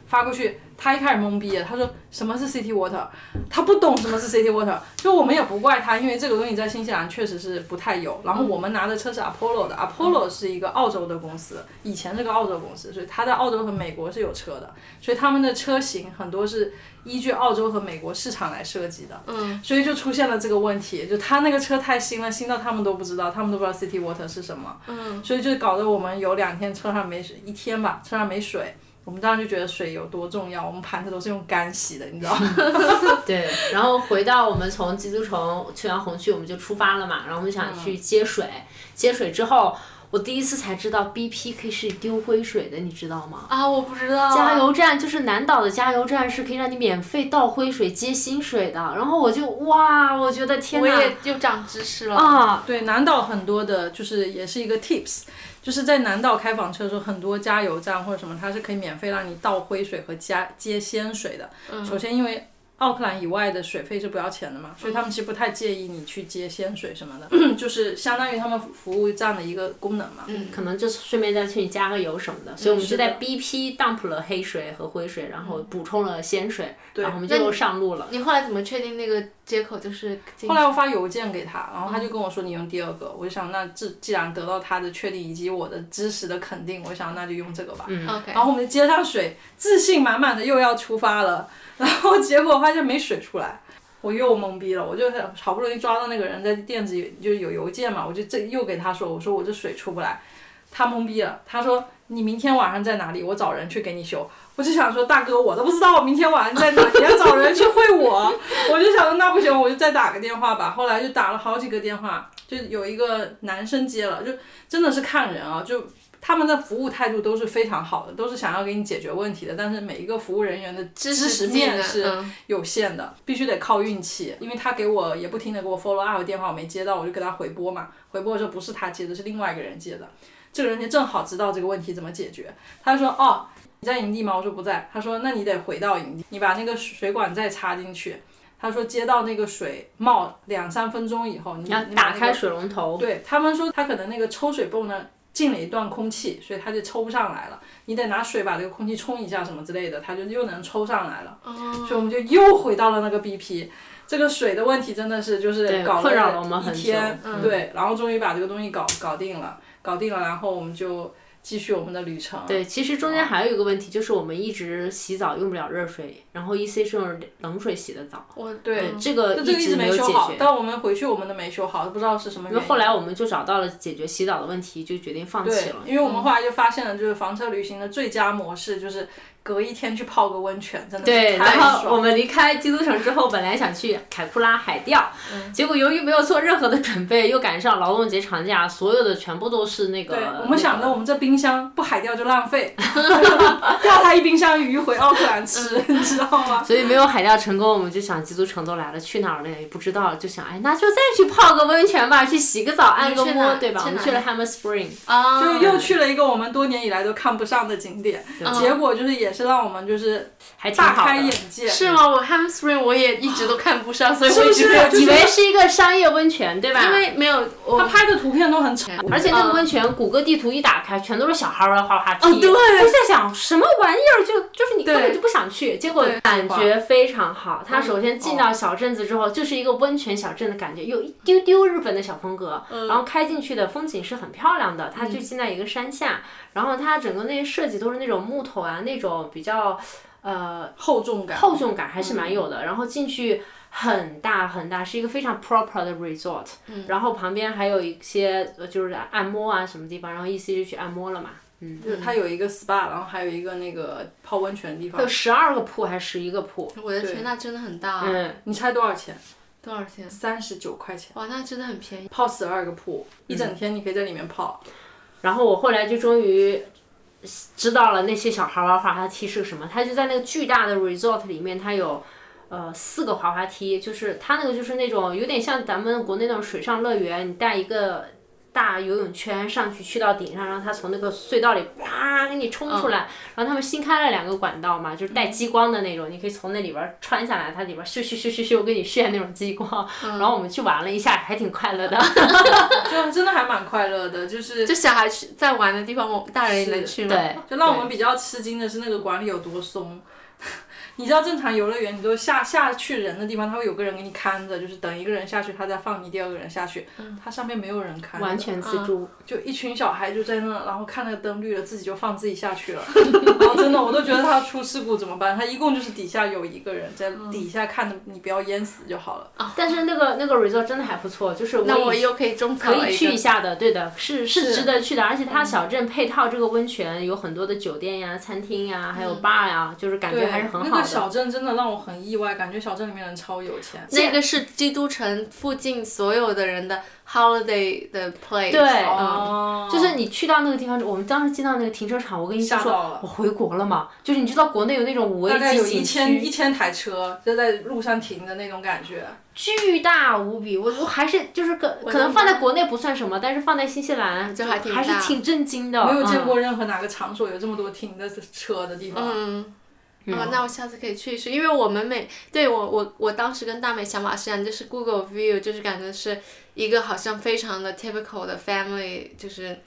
Speaker 2: 发过去，他一开始懵逼啊了，他说什么是 City Water，他不懂什么是 City Water，就我们也不怪他，因为这个东西在新西兰确实是不太有。然后我们拿的车是 Apollo 的，Apollo 是一个澳洲的公司，以前是个澳洲公司，所以他在澳洲和美国是有车的，所以他们的车型很多是依据澳洲和美国市场来设计的。嗯，所以就出现了这个问题，就他那个车太新了，新到他们都不知道，他们都不知道 City Water 是什么。嗯，所以就搞得我们有两天车上没水，一天吧，车上没水。我们当时就觉得水有多重要，我们盘子都是用干洗的，你知道吗？
Speaker 1: 对， 然后回到我们从基督城去完红区，我们就出发了嘛，然后我们想
Speaker 3: 嗯
Speaker 1: 去接水，接水之后，我第一次才知道 BP 可以是丢灰水的，你知道吗？
Speaker 3: 啊，我不知道啊。
Speaker 1: 加油站就是南岛的加油站是可以让你免费倒灰水接新水的，然后我就哇，我觉得天
Speaker 3: 我
Speaker 1: 哪
Speaker 3: 也又长知识了。
Speaker 1: 啊！
Speaker 2: 对，南岛很多的，就是也是一个 tips，就是在南岛开房车的时候，很多加油站或者什么，它是可以免费让你倒灰水和加接鲜水的。首先，因为奥克兰以外的水费是不要钱的嘛，所以他们其实不太介意你去接鲜水什么的， 就是相当于他们服务站的一个功能嘛。
Speaker 1: 可能就是顺便再去你加个油什么的，所以我们
Speaker 2: 嗯是
Speaker 1: 就
Speaker 2: 的嗯
Speaker 1: 在 BP dump 了黑水和灰水，然后补充了鲜水，然后我们
Speaker 3: 那
Speaker 1: 就
Speaker 3: 你
Speaker 1: 上路了。
Speaker 3: 你后来怎么确定那个接口就是进？
Speaker 2: 后来我发邮件给他，然后他就跟我说你用第二个，我就想那既既然得到他的确定以及我的知识的肯定，我想那就用这个吧。
Speaker 3: OK，
Speaker 2: 然后我们就接上水，自信满满的又要出发了， 然后结果发现没水出来，我又懵逼了。我就好不容易抓到那个人在店子里就是有邮件嘛，我就这又给他说，我说我这水出不来，他懵逼了，他说你明天晚上在哪里？我找人去给你修。我就想说，大哥，我都不知道我明天晚上在哪，你要找人去会我， 我就想说那不行，我就再打个电话吧。后来就打了好几个电话，就有一个男生接了，就真的是看人啊，就他们的服务态度都是非常好的，都是想要给你解决问题的，但是每一个服务人员的知识
Speaker 3: 技
Speaker 2: 面啊
Speaker 3: 能
Speaker 2: 是
Speaker 3: 嗯
Speaker 2: 有限的，必须得靠运气。因为他给我也不停的给我 follow up 的电话，我没接到，我就给他回拨嘛。回拨的时候不是他接的，是另外一个人接的。这个人就正好知道这个问题怎么解决，他就说：“哦，你在营地吗？”我说：“不在。”他说：“那你得回到营地，你把那个水管再插进去。”他说：“接到那个水冒两三分钟以后，你
Speaker 1: 你要
Speaker 2: 嗯你把
Speaker 1: 打
Speaker 2: 那个
Speaker 1: 开水龙头，
Speaker 2: 对他们说，他可能那个抽水泵呢进了一段空气，所以他就抽不上来了。你得拿水把这个空气冲一下什么之类的，他就又能抽上来了。
Speaker 3: 嗯哦
Speaker 2: 所以我们就又回到了那个 BP。这个水的问题真的是就是
Speaker 1: 对
Speaker 2: 搞
Speaker 1: 困扰了我们
Speaker 2: 一
Speaker 1: 很久
Speaker 2: 天，
Speaker 1: 嗯
Speaker 2: 对，然后终于把这个东西搞搞定了，搞定了，然后我们就继续我们的旅程。
Speaker 1: 对，其实中
Speaker 2: 啊
Speaker 1: 间还有一个问题，就是我们一直洗澡用不了热水，然后 E C 是用冷水洗的澡，
Speaker 3: 我
Speaker 2: 对
Speaker 1: 对，这个
Speaker 2: 就这个一
Speaker 1: 直
Speaker 2: 直
Speaker 1: 没
Speaker 2: 没
Speaker 1: 有
Speaker 2: 修
Speaker 1: 解
Speaker 2: 好，
Speaker 1: 决。
Speaker 2: 但我们回去我们都没修好，不知道是什么
Speaker 1: 因
Speaker 2: 原
Speaker 1: 为
Speaker 2: 因。
Speaker 1: 后来我们就找到了解决洗澡的问题，就决定放弃
Speaker 2: 对
Speaker 1: 了，。
Speaker 2: 因为我们后来就发现了，就是房车旅行的最佳模式就是隔一天去泡个温泉，真的
Speaker 1: 对，
Speaker 2: 是太
Speaker 1: 然后我
Speaker 2: 爽。
Speaker 1: 们离开基督城之后，本来想去凯库拉海钓，
Speaker 2: 嗯
Speaker 1: 结果由于没有做任何的准备，又赶上劳动节长假，所有的全部都是那个。
Speaker 2: 对，我
Speaker 1: 那
Speaker 2: 们想
Speaker 1: 个
Speaker 2: 着我们这冰箱不海钓就 浪费，钓他一冰箱鱼回奥克兰吃， 你知道吗？
Speaker 1: 所以没有海钓成功，我们就想基督城都来了，去哪儿呢？也不知道，就想哎，那就再去泡个温泉吧，去洗个澡、按个
Speaker 3: 去哪
Speaker 1: 摩，
Speaker 3: 儿
Speaker 1: 对吧？
Speaker 3: 去
Speaker 1: 我们
Speaker 3: 哪
Speaker 1: 去
Speaker 3: 儿
Speaker 1: 了 Hammer Spring，
Speaker 3: 啊，
Speaker 1: 嗯
Speaker 2: 就又去了一个我们多年以来都看不上的景点，
Speaker 3: 嗯
Speaker 2: 结果就是也是让我们就是
Speaker 1: 还嗯挺
Speaker 2: 大
Speaker 1: 好
Speaker 2: 开
Speaker 1: 的
Speaker 2: 眼。界，
Speaker 3: 是吗？我 Hamstring 我也一直都看不上，所以
Speaker 2: 是
Speaker 3: 我
Speaker 2: 不
Speaker 3: 一直
Speaker 2: 是
Speaker 3: 没有？
Speaker 1: 以
Speaker 2: 就是
Speaker 1: 为是一个商业温泉，对吧？
Speaker 3: 因为没有
Speaker 2: 他
Speaker 3: 我。
Speaker 2: 拍的图片都很丑，
Speaker 1: 而且那个温泉，谷歌地图一打开，全都是小孩儿玩滑滑梯。
Speaker 3: 嗯哦对
Speaker 1: 我就在想什么玩意儿，就就是你根本
Speaker 3: 对
Speaker 1: 就不想去，结果
Speaker 3: 对嗯哦
Speaker 1: 感觉非常好。它首先进到小镇子之后，就是一个温泉小镇的感觉，有一丢丢日本的小风格。
Speaker 3: 嗯
Speaker 1: 然后开进去的风景是很漂亮的，它就进在一个山下，然后它整个那些设计都是那种木头啊，那种比较呃
Speaker 2: 厚重感。
Speaker 1: 嗯厚重感还是蛮有的。然后进去很大很大，是一个非常 proper 的 resort，、然后旁边还有一些呃就是按摩啊什么地方，然后 E C 就去按摩了嘛，嗯，
Speaker 2: 就是它有一个 SPA，然后还有一个那个泡温泉的地方
Speaker 1: 有。十二个铺还是十一个铺？
Speaker 3: 我的天，那真的很大、啊，
Speaker 1: 嗯，
Speaker 2: 你猜多少钱？
Speaker 3: 多少钱？
Speaker 2: 三十九块钱，
Speaker 3: 哇，那真的很便宜。
Speaker 2: 泡十二个铺，一整天你可以在里面泡。
Speaker 1: 然后我后来就终于知道了那些小孩玩滑滑梯是什么，他就在那个巨大的 resort 里面，它有。呃，四个滑滑梯，就是它那个就是那种有点像咱们国内那种水上乐园，你带一个大游泳圈上去，去到顶上，然后它从那个隧道里啪给你冲出来，然后他们新开了两个管道嘛，就是带激光的那种，你可以从那里边儿穿下来，它里边儿咻咻咻咻咻给你炫那种激光，然后我们去玩了一下，还挺快乐的。嗯
Speaker 2: 就真的还蛮快乐的，就是
Speaker 3: 就小孩去在玩的地方，我们大人也能 去吗？
Speaker 1: 对，
Speaker 2: 就让我们比较吃惊的是那个管理有多松。 你知道正常游乐园，你都下下去人的地方，他会有个人给你看着，就是等一个人下去，他再放你第二个人下去。
Speaker 1: 嗯
Speaker 2: 它上面没有人看，
Speaker 1: 完全自助。
Speaker 2: 就一群小孩就在那，然后看那个灯绿了，自己就放自己 下去了。然后真的，我都觉得他出事故怎么办？他一共就是底下有一个人在
Speaker 1: 嗯
Speaker 2: 底下看着你，不要淹死就好了。
Speaker 1: 但是那个那个 resort 真的还不错，就是
Speaker 3: 那
Speaker 1: 我
Speaker 3: 我
Speaker 1: 以
Speaker 3: 又可以种草
Speaker 1: 可
Speaker 3: 了
Speaker 1: 以
Speaker 3: 一
Speaker 1: 去
Speaker 3: 个
Speaker 1: 一下的，对的，是是值得去的，而且它小镇配套这个温泉有很多的酒店呀、餐厅呀，还有 bar 呀，就是感觉还是很
Speaker 2: 那
Speaker 1: 好
Speaker 2: 个
Speaker 1: 的。
Speaker 2: 小镇真的让我很意外，感觉小镇里面人超有钱。
Speaker 3: 那个是基督城附近所有的人的 holiday 的 place。
Speaker 1: 对啊
Speaker 3: 嗯，
Speaker 2: 哦，
Speaker 1: 就是你去到那个地方，我们当时进到那个停车场，我跟你
Speaker 2: 吓到
Speaker 1: 说
Speaker 2: 了，
Speaker 1: 我回国了嘛，就是你知道国内有那种五
Speaker 2: 大概
Speaker 1: A
Speaker 2: 有
Speaker 1: 级
Speaker 2: 一
Speaker 1: 景
Speaker 2: 千一
Speaker 1: 区，
Speaker 2: 千台车就在路上停的那种感觉。
Speaker 1: 巨大无比，我我还是就是可可能放在国内不算什么，但是放在新西兰
Speaker 3: 就
Speaker 1: 还
Speaker 3: 还挺
Speaker 1: 是
Speaker 3: 大
Speaker 1: 挺震惊的，
Speaker 2: 没有见
Speaker 1: 嗯
Speaker 2: 过任何哪个场所有这么多停的车的地方。
Speaker 3: 嗯。啊、那我下次可以去一去，因为我们每对我我我当时跟大美想法是一样，就是 Google View，就是感觉是一个好像非常的 typical 的 family，就是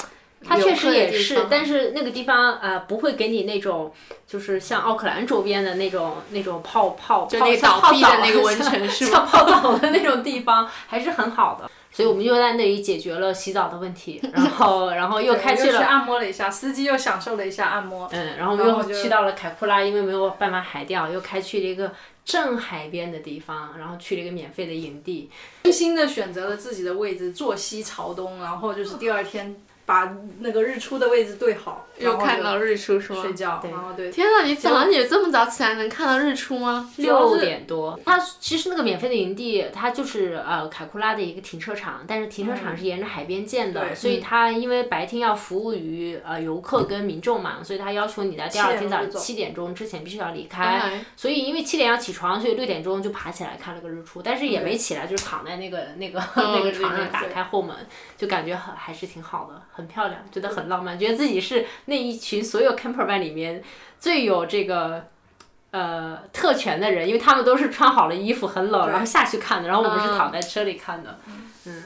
Speaker 1: 它确实也
Speaker 3: 游
Speaker 1: 是
Speaker 3: 客的地方，
Speaker 1: 但是那个地方呃不会给你那种就是像奥克兰周边的那种那种泡泡
Speaker 3: 就
Speaker 1: 泡
Speaker 3: 那个
Speaker 1: 像
Speaker 3: 倒
Speaker 1: 泡
Speaker 3: 闭的
Speaker 1: 澡
Speaker 3: 那个 温泉是
Speaker 1: 像
Speaker 3: 吗？
Speaker 1: 泡澡的那种地方，还是很好的。所以我们就在那里解决了洗澡的问题，然后然后又
Speaker 2: 对
Speaker 1: 开
Speaker 2: 又
Speaker 1: 去
Speaker 2: 去
Speaker 1: 了。
Speaker 2: 按摩了一下，司机又享受了一下按摩。
Speaker 1: 嗯，然后我
Speaker 2: 然后
Speaker 1: 们
Speaker 2: 就
Speaker 1: 又去到了凯库拉，因为没有办法海钓，又开去了一个正海边的地方，然后去了一个免费的营地。
Speaker 2: 精心的选择了自己的位置，坐西朝东，然后就是第二天把那个日出的位置对好，
Speaker 3: 又看到
Speaker 2: 日
Speaker 3: 日出是吗？嗯
Speaker 2: 睡觉，
Speaker 1: 对
Speaker 2: 然后对。
Speaker 3: 天哪，你早上也这么早起来能看到日出吗？
Speaker 2: 主要
Speaker 1: 六
Speaker 2: 是
Speaker 1: 点多，它其实那个免费的营地，它就是呃凯库拉的一个停车场，但是停车场是沿着海边建的，
Speaker 2: 对
Speaker 1: 所以它因为白天要服务于呃游客跟民众嘛，所以它要求你在第二天早上
Speaker 2: 7
Speaker 1: 七点钟之前必须要离
Speaker 3: 原
Speaker 1: 开。
Speaker 3: 来
Speaker 1: 所以因为七点要起床，所以六点钟就爬起来看了个日出，但是也没起来，就是躺在那个那个、 那个床上
Speaker 3: 嗯对对
Speaker 1: 打开后门，就感觉很还是挺好的，很漂亮，觉得
Speaker 3: 嗯
Speaker 1: 很浪漫，觉得自己是那一群所有 camperman 里面最有这个呃特权的人，因为他们都是穿好了衣服，很冷，
Speaker 2: 对
Speaker 1: 然后下去看的，然后我们是
Speaker 3: 嗯
Speaker 1: 躺在车里看的。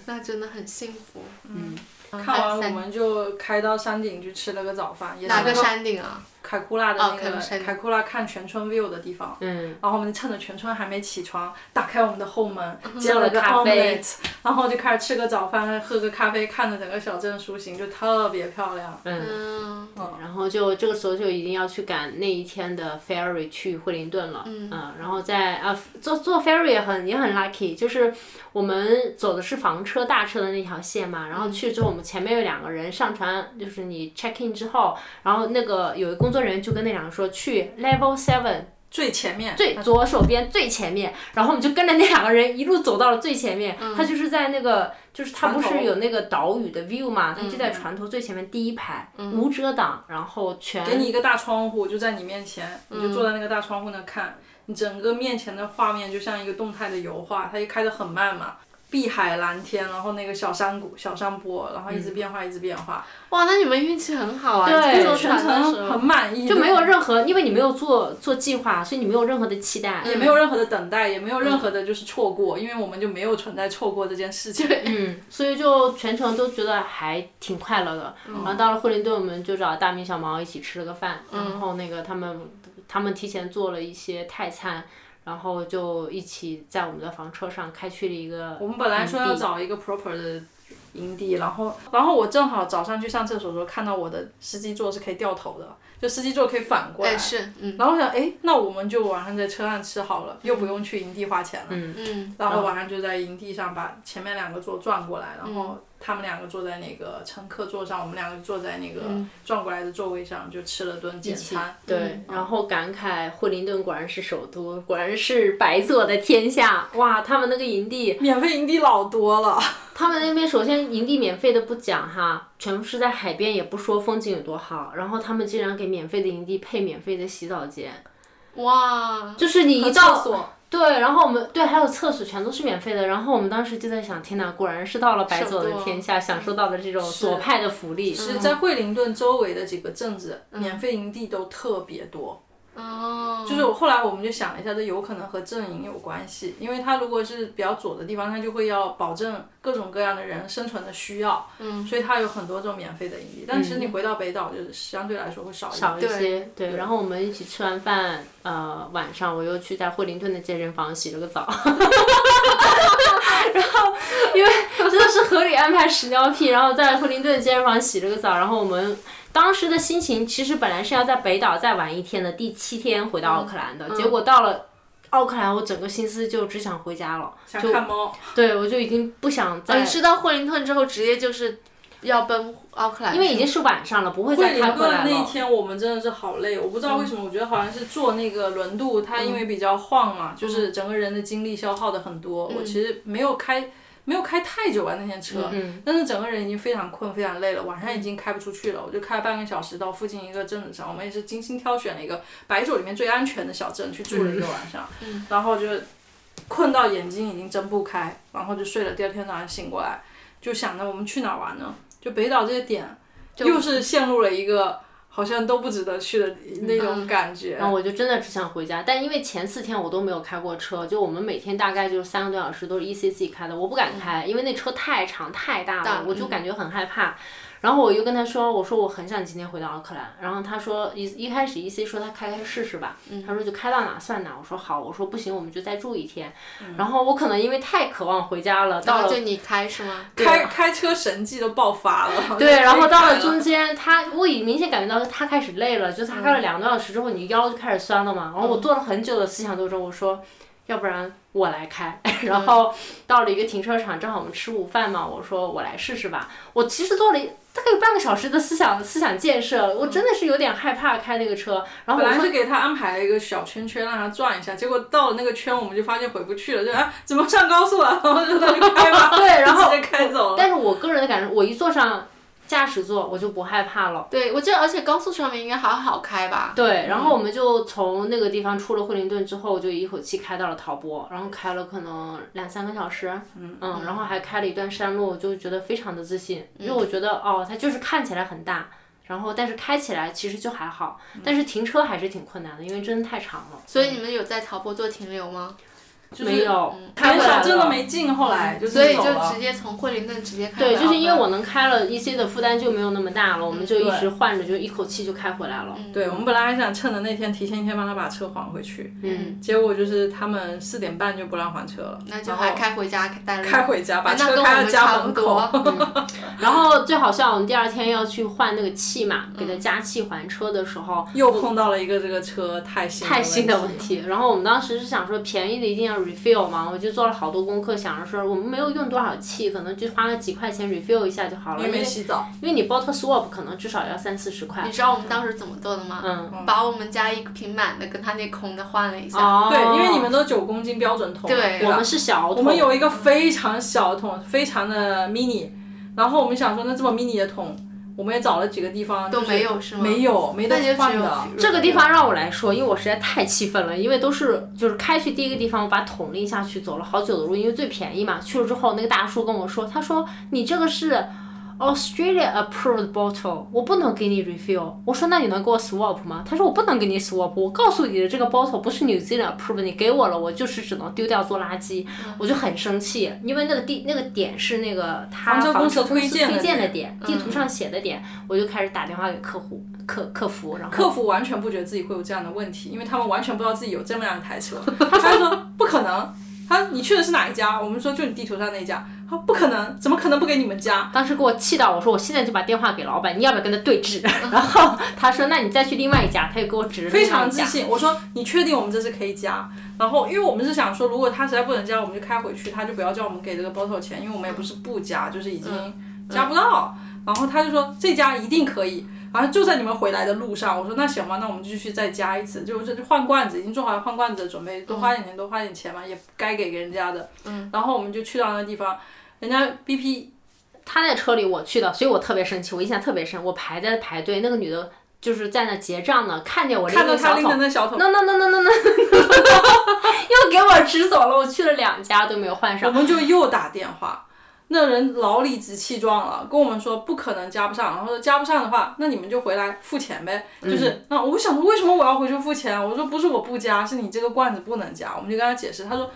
Speaker 3: 那真的很幸福。
Speaker 2: 嗯，
Speaker 3: 嗯
Speaker 2: 看完
Speaker 3: 还有
Speaker 2: 我们就开到山顶去吃了个早饭，也是
Speaker 3: 哪个
Speaker 2: 那
Speaker 3: 山顶啊？
Speaker 2: 凯库拉的那
Speaker 3: 哦凯
Speaker 2: 个
Speaker 3: 库山
Speaker 2: 凯库拉看全村 view 的地方。
Speaker 1: 嗯，
Speaker 2: 然后我们趁着全村还没起床，打开我们的后门，
Speaker 3: 嗯
Speaker 1: 做
Speaker 2: 煎
Speaker 1: 了
Speaker 2: 了个
Speaker 1: 咖啡
Speaker 2: omelette，然后就开始吃个早饭，喝个咖啡，看着整个小镇苏醒，就特别漂亮。
Speaker 3: 嗯，
Speaker 1: 然后就这个时候就一定要去赶那一天的 ferry 去惠灵顿了，嗯然后在啊坐坐 ferry 也很也很 lucky，就是我们走的是房车大车的那条线嘛，然后去之后我们前面有两个人上船，就是你 check in 之后，然后那个有一工作人员就跟那两个说去 level seven
Speaker 2: 最前面，
Speaker 1: 最左手边最前面，然后我们就跟着那两个人一路走到了最前面。他就是在那个，就是他不
Speaker 2: 嗯船
Speaker 1: 是
Speaker 2: 头嗯
Speaker 1: 有那个岛屿的 view 嘛，他就在船头最前面第一排，无遮挡，然后全
Speaker 2: 给你一个大窗户，就在你面前，你就坐在那个大窗户那看，你整个面前的画面就像一个动态的油画，它就开得很慢嘛，碧海蓝天，然后那个小山谷、小山坡，然后一直变化，一直变化，
Speaker 3: 哇，那你们运气很好啊！
Speaker 1: 对
Speaker 3: 你坐
Speaker 2: 全
Speaker 3: 船的时
Speaker 2: 程很
Speaker 3: 候，哎
Speaker 2: 满意，
Speaker 1: 就没有任何，因为你没有做做计划，所以你没有任何的期待。
Speaker 2: 也没有任何的等待，也没有任何的就是错过，因为我们就没有存在错过这件事情。
Speaker 1: 嗯，所以就全程都觉得还挺快乐的。
Speaker 2: 嗯
Speaker 1: 然后到了惠灵顿，我们就找大明小毛一起吃了个饭，
Speaker 2: 嗯
Speaker 1: 然后那个他们他们提前做了一些泰餐，然后就一起在我们的房车上开去了一个嗯
Speaker 2: 我们本来说要
Speaker 1: 营地
Speaker 2: 找一个 proper 的营地，然后然后我正好早上去上厕所的时候看到我的司机座是可以掉头的，就司机座可以反过来。
Speaker 3: 哎是，嗯
Speaker 2: 然后我想，哎，那我们就晚上在车上吃好了，又不用去营地花钱了。
Speaker 3: 嗯
Speaker 2: 然后晚上就在营地上把前面两个座转过来，然后他们两个坐在那个乘客座上，我们两个坐在那个转过来的座位上，就吃了顿简餐。
Speaker 1: 对，然后感慨惠灵顿果然是首都，果然是白左的天下。哇，他们那个营地，
Speaker 2: 免费营地老多了，
Speaker 1: 他们那边首先营地免费的不讲哈，全部是在海边，也不说风景有多好，然后他们竟然给免费的营地配免费的洗澡间，
Speaker 3: 哇，
Speaker 1: 就是你一
Speaker 2: 和
Speaker 1: 到
Speaker 2: 厕所
Speaker 1: 对，然后我们对还有厕所全都是免费的，然后我们当时就在想，天哪，果然是到了白左的天下，享受到了这种左派的福利。
Speaker 2: 嗯是在惠灵顿周围的几个镇子，免费营地都特别多。
Speaker 3: 哦，
Speaker 2: 就是我后来我们就想了一下，这有可能和阵营有关系，因为它如果是比较左的地方，它就会要保证各种各样的人生存的需要，嗯，所以它有很多这种免费的营地。但其实你回到北岛，就是相对来说会少一点。
Speaker 1: 少一些，对。然后我们一起吃完饭，呃，晚上我又去在惠灵顿的健身房洗了个澡， 然后因为真的是合理安排屎尿屁，然后在惠灵顿的健身房洗了个澡，然后我们。当时的心情其实本来是要在北岛再玩一天的，第七天回到奥克兰的，
Speaker 2: 嗯
Speaker 1: 结果到了奥克兰，我整个心思就只想回家了，
Speaker 2: 想看猫，
Speaker 1: 对我就已经不
Speaker 2: 哦
Speaker 1: 想再
Speaker 3: 哦你是到惠灵顿之后直接就是要奔奥克兰去，
Speaker 1: 因为已经是晚上了，不会
Speaker 2: 惠
Speaker 1: 再开
Speaker 2: 灵
Speaker 1: 回来
Speaker 2: 顿那一
Speaker 1: 了。嗯
Speaker 2: 天我们真的是好累，我不知道为什么，我觉得好像是坐那个轮渡，它因为比较晃嘛，
Speaker 1: 嗯
Speaker 2: 就是整个人的精力消耗的很多。我其实没有开没有开太久啊那天车，
Speaker 1: 嗯
Speaker 2: 但是整个人已经非常困非常累了，晚上已经开不出去了，我就开了半个小时到附近一个镇子上，我们也是精心挑选了一个白酒里面最安全的小镇去住
Speaker 1: 嗯
Speaker 2: 了一个晚上，然后就困到眼睛已经睁不开，然后就睡了。第二天早上醒过来，就想着我们去哪儿玩呢？就北岛这些点，又是陷入了一个好像都不值得去的那种感觉。
Speaker 1: 然后我就真的只想回家，但因为前四天我都没有开过车，就我们每天大概就是三个多小时都是 E C 自己开的，我不敢开，因为那车太长太大嗯了，我就感觉很害怕。然后我又跟他说，我说我很想今天回到奥克兰。然后他说一一开始 E C 说他开开试试吧，他说就开到哪算哪。我说好，我说不行我们就再住一天。然后我可能因为太渴望回家嗯了，
Speaker 3: 然
Speaker 1: 到
Speaker 3: 后
Speaker 1: 了
Speaker 3: 就你开是吗？
Speaker 2: 开开车神技都爆 发了。
Speaker 1: 啊对，然后到
Speaker 2: 开
Speaker 1: 了
Speaker 2: 了
Speaker 1: 中间，他我已明显感觉到他开始累了，就是他
Speaker 2: 嗯
Speaker 1: 开了两个多小时之后，你腰就开始酸了嘛。然后我做了很久的思想斗争，我说，要不然我来开。
Speaker 2: 嗯
Speaker 1: 然后到了一个停车场，正好我们吃午饭嘛，我说我来试试吧。我其实做了一大概有半个小时的思想思想建设，我真的是有点害怕开那个车。然后
Speaker 2: 嗯本
Speaker 1: 我
Speaker 2: 来
Speaker 1: 说
Speaker 2: 是给他安排了一个小圈圈让他转一下，结果到了那个圈我们就发现回不去了，就啊怎么上高速了？然后就那就开吧，
Speaker 1: 对，然 后
Speaker 2: 直接开走了。
Speaker 1: 但是我个人的感受，我一坐上驾驶座，我就不害怕了。
Speaker 3: 对，我记得，而且高速上面应该还好开吧？
Speaker 1: 对，然后我们就从那个地方出了惠灵顿之后，就一口气开到了陶波，然后开了可能两三个小时，嗯然后还开了一段山路，就觉得非常的自信，因为我觉得哦，它就是看起来很大，然后但是开起来其实就还好，但是停车还是挺困难的，因为真的太长了，嗯
Speaker 3: 所以你们有在陶波做停留吗？
Speaker 1: 没有开
Speaker 2: 嗯很
Speaker 1: 回来
Speaker 2: 少
Speaker 1: 了，
Speaker 2: 真的没进，后来就
Speaker 3: 所以
Speaker 2: 是
Speaker 3: 就
Speaker 2: 走了。
Speaker 3: 直接从惠灵顿直接开回
Speaker 1: 对，
Speaker 3: 奥
Speaker 1: 就是因为
Speaker 3: 克兰
Speaker 1: 我能开了，EC 的负担就没有那么大了，我们就一直换着，就一口气就开回来了。
Speaker 3: 嗯
Speaker 2: 对我们本来还想趁着那天提前一天帮他把车还回去，嗯，结果就是他们四点半就不让还车了，
Speaker 3: 那就
Speaker 2: 然后
Speaker 3: 还开回家待了一
Speaker 2: 开
Speaker 3: 会儿
Speaker 2: 回家，把
Speaker 3: 那跟
Speaker 2: 车
Speaker 3: 我
Speaker 2: 开到
Speaker 3: 们差
Speaker 2: 家
Speaker 3: 不
Speaker 2: 门
Speaker 3: 多
Speaker 2: 口。。
Speaker 1: 然后最好笑，我们第二天要去换那个气嘛，
Speaker 2: 嗯
Speaker 1: 给它加气还车的时候，
Speaker 2: 又碰到了一个这个车太新
Speaker 1: 太新的问
Speaker 2: 题，
Speaker 1: 题。然后我们当时是想说便宜的一定要 refill 嘛，我就做了好多功课，想着说我们没有用多少气，可能就花个几块钱 refill 一下就好了。因
Speaker 2: 因为
Speaker 1: 为
Speaker 2: 没洗澡，
Speaker 1: 因为你 bottle swap 可能至少要三四十块。
Speaker 3: 你知道我们当时怎么做的
Speaker 2: 啊
Speaker 3: 吗？
Speaker 1: 嗯，
Speaker 3: 把我们家一瓶满的跟他那空的换了一下。
Speaker 1: 哦，
Speaker 2: 对，因为你们都九公斤标准桶，
Speaker 3: 对
Speaker 2: 对
Speaker 1: 我
Speaker 2: 吧
Speaker 1: 们是小桶，
Speaker 2: 我们有一个非常小的桶，非常的 mini，然后我们想说，那这么 mini 的桶，我们也找了几个地方
Speaker 3: 都
Speaker 2: 就是
Speaker 3: 没有是吗
Speaker 2: 哦没有，没得
Speaker 3: 那就只
Speaker 2: 换
Speaker 3: 有
Speaker 2: 的。
Speaker 1: 这个地方让我来说，因为我实在太气愤了，因为都是就是开去第一个地方，我把桶拎下去，走了好久的路，因为最便宜嘛。去了之后，那个大叔跟我说，他说你这个是哦 Australia approved bottle，我不能给你 refill。我说那你能给我 swap 吗？他说我不能给你 swap，我告诉你的这个 bottle 不是 New Zealand approved，你给我了，我就是只能丢掉做垃圾。
Speaker 2: 嗯
Speaker 1: 我就很生气，因为那个地那个点是那个他
Speaker 2: 房车
Speaker 1: 房
Speaker 2: 公
Speaker 1: 车
Speaker 2: 司
Speaker 1: 公司推
Speaker 2: 推荐的
Speaker 1: 荐的
Speaker 2: 点嗯
Speaker 1: 点，地图上写的点，我就开始打电话给客户客客服，然后
Speaker 2: 客服完全不觉得自己会有这样的问题，因为他们完全不知道自己有这么样一台车。他就说不可能，他你去的是哪一家？我们说就你地图上那一家。他不可能，怎么可能不给你们加？
Speaker 1: 当时给我气到，我说我现在就把电话给老板，你要不要跟他对峙？然后他说那你再去另外一家，他又给我指了
Speaker 2: 非
Speaker 1: 另外
Speaker 2: 常
Speaker 1: 一
Speaker 2: 自
Speaker 1: 家。
Speaker 2: 信。我说你确定我们这次可以加？然后因为我们是想说，如果他实在不能加，我们就开回去，他就不要叫我们给这个 bottle 钱，因为我们也不是不加，就是已经
Speaker 1: 嗯
Speaker 2: 加不到。然后他就说这家一定可以。然后就在你们回来的路上，我说那行吧，那我们继续再加一次，就是换罐子，已经做好了换罐子的准备，多
Speaker 1: 嗯
Speaker 2: 花点钱，多花点钱嘛，也该给人家的。嗯。然后我们就去到那个地方，人家 BP
Speaker 1: 他在车里，我去的，所以我特别生气，我印象特别深。我排在排队，那个女的就是在那结账呢，看见我拎
Speaker 2: 看到
Speaker 1: 个
Speaker 2: 他
Speaker 1: 小
Speaker 2: 拎
Speaker 1: 桶
Speaker 2: 的那小桶，
Speaker 1: ，no no no no no no，又给我指走了。我去了两家都没有换上。
Speaker 2: 我们就又打电话，那人老理直气壮了，跟我们说不可能加不上，然后说加不上的话，那你们就回来付钱呗。
Speaker 1: 嗯
Speaker 2: 就是那我想说为什么我要回去付钱啊？我说不是我不加，是你这个罐子不能加。我们就跟他解释，他说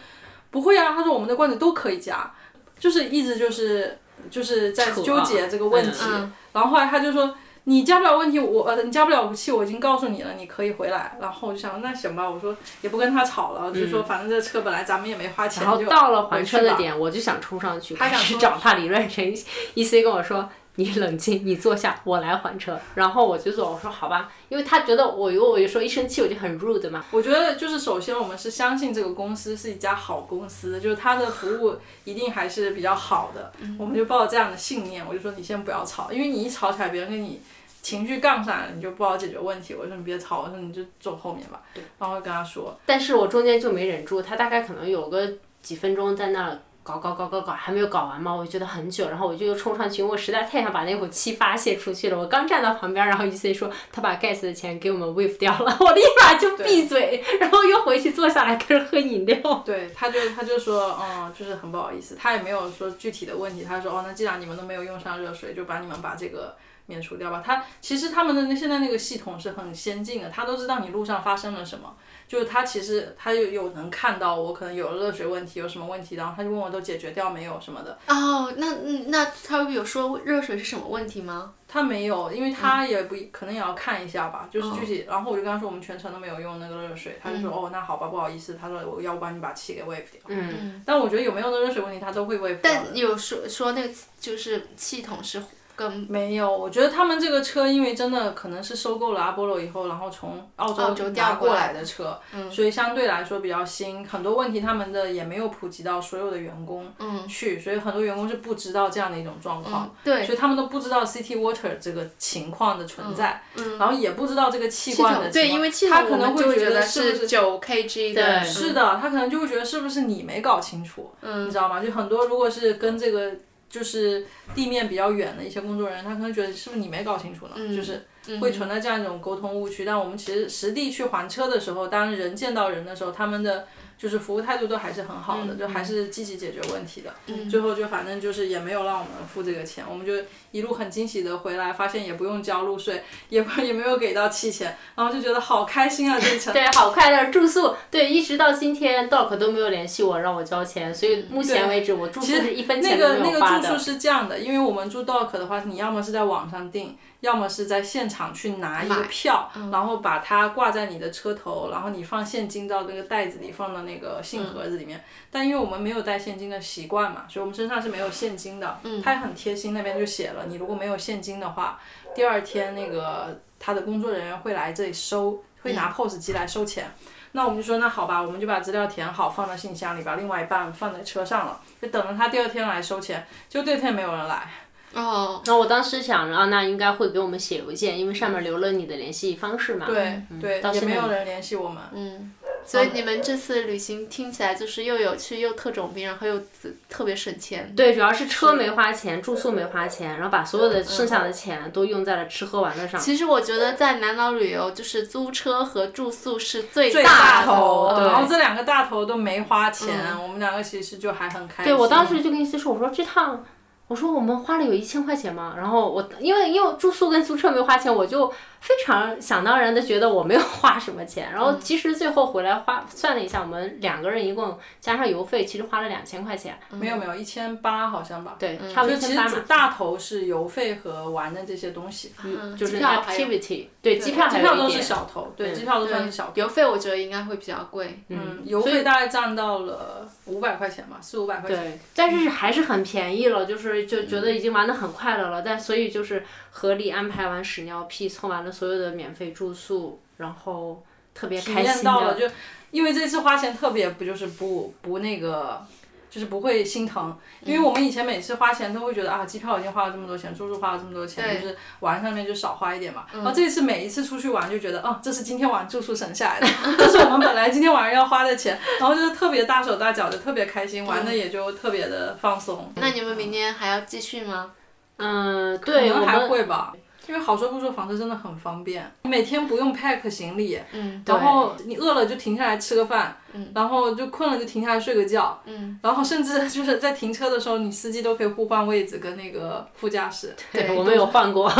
Speaker 2: 不会啊，他说我们的罐子都可以加，就是一直就是就是在
Speaker 1: 扯啊
Speaker 2: 纠结这个问题。
Speaker 3: 嗯
Speaker 2: 然后后来他就说。你加不了问题，我呃，你加不了武器，我已经告诉你了，你可以回来。然后我就想，那行吧，我说也不跟他吵了，就说反正这车本来咱们也没花钱，
Speaker 1: 嗯然后
Speaker 2: 就
Speaker 1: 到了
Speaker 2: 回
Speaker 1: 还
Speaker 2: 去
Speaker 1: 车的
Speaker 2: 吧
Speaker 1: 点，我就想冲上去，
Speaker 2: 他
Speaker 1: 开
Speaker 2: 想
Speaker 1: 始
Speaker 2: 冲
Speaker 1: 找他理论。陈一 C 跟我说：“你冷静，你坐下，我来还车。”然后我就坐，我说：“好吧。”因为他觉得我，我有时候一生气我就很 rude 嘛。
Speaker 2: 我觉得就是首先我们是相信这个公司是一家好公司，就是它的服务一定还是比较好的，我们就抱着这样的信念，我就说你先不要吵，因为你一吵起来，别人跟你情绪杠上来了，你就不好解决问题。我说你别吵，我说你就坐后面吧，然后跟他说，
Speaker 1: 但是我中间就没忍住，他大概可能有个几分钟在那儿搞搞搞搞搞，还没有搞完嘛，我就觉得很久，然后我就又冲上去，因为我实在太想把那股气发泄出去了。我刚站到旁边，然后 E C 说他把 Gas 的钱给我们 wave 掉了， 我立马就闭嘴，然后又回去坐下来开始喝饮料。
Speaker 2: 对，他就他就说，嗯，就是很不好意思，他也没有说具体的问题，他说，哦，那既然你们都没有用上热水，就把你们把这个。免除掉吧，他其实他们的那现在那个系统是很先进的，他都知道你路上发生了什么，就是他其实他有有能看到我可能有热水问题，有什么问题，然后他就问我都解决掉没有什么的。
Speaker 3: 哦，那嗯那他有说热水是什么问题吗？
Speaker 2: 他没有，因为他也不、可能也要看一下吧，就是具体。然后我就跟他说我们全程都没有用那个热水，他就说、哦那好吧，不好意思，他说我要不然你把气给 wave 掉。嗯。但我觉得有没有那热水问题他都会 wave 掉的。
Speaker 3: 但有说说那个就是系统是跟
Speaker 2: 没有，我觉得他们这个车，因为真的可能是收购了阿波罗以后，然后从
Speaker 3: 澳
Speaker 2: 澳洲
Speaker 3: 洲
Speaker 2: 拿
Speaker 3: 调过
Speaker 2: 过来
Speaker 3: 来
Speaker 2: 的
Speaker 3: 的嗯
Speaker 2: 车，所以相对来说比较新，很多问题他们的也没有普及到所有的员工去，所以很多员工是不知道这样的一种状况。
Speaker 3: 嗯对
Speaker 2: 所以他们都不知道 City Water 这个情况的存在，然后也不知道这个嗯
Speaker 3: 嗯
Speaker 2: 气
Speaker 3: 系
Speaker 2: 罐的
Speaker 3: 统，
Speaker 2: 情
Speaker 3: 对，
Speaker 2: 况
Speaker 3: 因为系
Speaker 2: 他
Speaker 3: 统
Speaker 2: 可
Speaker 3: 我
Speaker 2: 能
Speaker 3: 们
Speaker 2: 会
Speaker 3: 就
Speaker 2: 觉
Speaker 3: 觉
Speaker 2: 得
Speaker 3: 得
Speaker 2: 是不
Speaker 3: 是九 kg 的，嗯
Speaker 1: 对
Speaker 2: 是的，他可能就会觉得是不是你没搞清楚，
Speaker 3: 嗯
Speaker 2: 你知道吗？就很多如果是跟这个就是地面比较远的一些工作人员，他可能觉得是不是你没搞清楚呢？
Speaker 3: 嗯
Speaker 2: 就是
Speaker 1: 嗯
Speaker 2: 会存在这样一种沟通误区。但我们其实实地去还车的时候，当人见到人的时候，他们的就是服务态度都还是很好
Speaker 1: 嗯
Speaker 2: 的，就还是积极解决问题的。最后就反正就是也没有让我们付这个钱，我们就一路很惊喜的回来，发现也不用交路税，也不 也没有给到气钱，然后就觉得好开心啊！ 这一程
Speaker 1: 对，好快乐住宿，对，一直到今天 Doc 都没有联系我让我交钱，所以目前为止我住宿
Speaker 2: 其实
Speaker 1: 是一分
Speaker 2: 那
Speaker 1: 钱都
Speaker 2: 个
Speaker 1: 没
Speaker 2: 那
Speaker 1: 有
Speaker 2: 个
Speaker 1: 花
Speaker 2: 住
Speaker 1: 的。
Speaker 2: 宿是这样的，因为我们住 dock 的话，你要么是在网上订，要么是在现场去拿一个票，然后把它挂在你的车头，然后你放现金到那个袋子里，放到那个信盒子里面。但因为我们没有带现金的习惯嘛，所以我们身上是没有现金的。他也很贴心，那边就写了，你如果没有现金的话，第二天那个他的工作人员会来这里收，会拿 POS 机来收钱。那我们就说那好吧，我们就把资料填好，放到信箱里，把另外一半放在车上了，就等着他第二天来收钱。就第二天没有人来，
Speaker 3: 哦，
Speaker 1: 然后我当时想着啊，那应该会给我们写邮件，因为上面留了你的联系方式嘛。
Speaker 2: 对、对
Speaker 1: 到，
Speaker 2: 也
Speaker 1: 现
Speaker 2: 嗯没
Speaker 1: 在
Speaker 2: 有人联系我们。
Speaker 3: 嗯，所以你们这次旅行听起来就是又有趣又特种兵，然后又自特别省钱。
Speaker 1: 对，主要是车没花钱，住宿没花钱，然后把所有的
Speaker 2: 嗯
Speaker 1: 剩下的钱都用在了吃喝玩乐上。
Speaker 3: 其实我觉得在南岛旅游，就是租车和住宿是最
Speaker 2: 最
Speaker 3: 大嗯
Speaker 2: 头，
Speaker 3: 头。
Speaker 1: 对
Speaker 2: 然后这两个大头都没花钱，我们两个其实就还很开心。
Speaker 1: 对我当时就跟 C 说，我说这趟，我说我们花了有一千块钱嘛，然后我因为因为住宿跟租车没花钱，我就非常想当然的觉得我没有花什么钱，然
Speaker 3: 嗯
Speaker 1: 后其实最后回来花算了一下，我们两个人一共加上邮费，其实花了两千块钱，
Speaker 2: 没有没有，一千八好像吧。
Speaker 1: 对，
Speaker 3: 嗯
Speaker 1: 差不多
Speaker 2: 就
Speaker 1: 一
Speaker 2: 其
Speaker 1: 千
Speaker 2: 实
Speaker 1: 八
Speaker 2: 主
Speaker 1: 嘛，
Speaker 2: 大头是邮费和玩的这些东西，
Speaker 3: 嗯，
Speaker 1: 就是
Speaker 3: 机票还有
Speaker 1: activity，对，机票
Speaker 2: 机
Speaker 1: 还
Speaker 2: 票
Speaker 1: 有
Speaker 2: 都
Speaker 1: 一
Speaker 2: 是
Speaker 1: 点，
Speaker 2: 小头，对，机票都算是小头。
Speaker 3: 邮费，我觉得应该会比较贵。
Speaker 2: 嗯，邮费大概占到了五百块钱吧，四五百块钱。嗯
Speaker 1: 对，但是还是很便宜了，就是就觉得已经玩的很快乐了，但所以就是合理安排完屎尿屁，蹭完了所有的免费住宿，然后特别
Speaker 2: 体
Speaker 1: 开
Speaker 2: 验
Speaker 1: 心
Speaker 2: 到了，
Speaker 1: 的，
Speaker 2: 就因为这次花钱特别不就是不不那个，就是不会心疼，
Speaker 1: 嗯
Speaker 2: 因为我们以前每次花钱都会觉得啊，机票已经花了这么多钱，住宿花了这么多钱，就是玩上面就少花一点嘛。
Speaker 1: 嗯
Speaker 2: 然后这次每一次出去玩就觉得，啊，这是今天晚住宿省下来的，这是我们本来今天晚上要花的钱，然后就是特别大手大脚的，特别开心，玩的
Speaker 1: 嗯
Speaker 2: 也就特别的放松。
Speaker 3: 那你们明年还要继续吗？
Speaker 1: 嗯，
Speaker 2: 可
Speaker 1: 对，
Speaker 2: 能
Speaker 1: 我
Speaker 2: 还
Speaker 1: 们
Speaker 2: 会吧，因为好说不说，房车真的很方便，每天不用 pack 行李，
Speaker 3: 嗯，
Speaker 2: 然后你饿了就停下来吃个饭，然后就困了就停下来睡个觉，
Speaker 3: 嗯，
Speaker 2: 然后甚至 就是在停车的时候，你司机都可以互换位置跟那个副 驾驶。
Speaker 1: 对，
Speaker 3: 对
Speaker 1: 我们有换 过，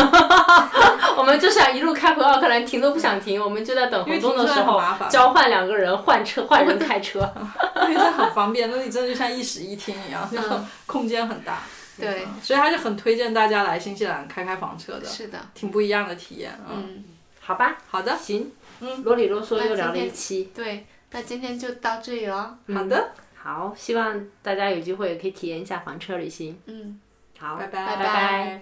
Speaker 1: 我们就想一路开回奥克兰，停都不想停，我们就在等
Speaker 2: 因为
Speaker 1: 红灯
Speaker 2: 停
Speaker 1: 的
Speaker 2: 车
Speaker 1: 时
Speaker 2: 很
Speaker 1: 候
Speaker 2: 麻烦
Speaker 1: 交换两个人换车，换人开车。
Speaker 2: 因为这很方便，那里真的就像一室一厅一样，就 空间很大。
Speaker 3: 嗯对
Speaker 2: 嗯，所以还是很推荐大家来新西兰开开房车的，
Speaker 3: 是的，
Speaker 2: 挺不一样的体验。嗯，
Speaker 3: 嗯，
Speaker 1: 好吧，
Speaker 2: 好的，
Speaker 1: 行，嗯，啰里啰嗦又聊了一期，
Speaker 3: 对，那今天就到这里了。
Speaker 2: 好的，
Speaker 1: 好，希望大家有机会也可以体验一下房车旅行。
Speaker 3: 嗯。
Speaker 1: 好，
Speaker 2: 拜
Speaker 3: 拜
Speaker 2: 拜
Speaker 1: 拜
Speaker 2: 拜。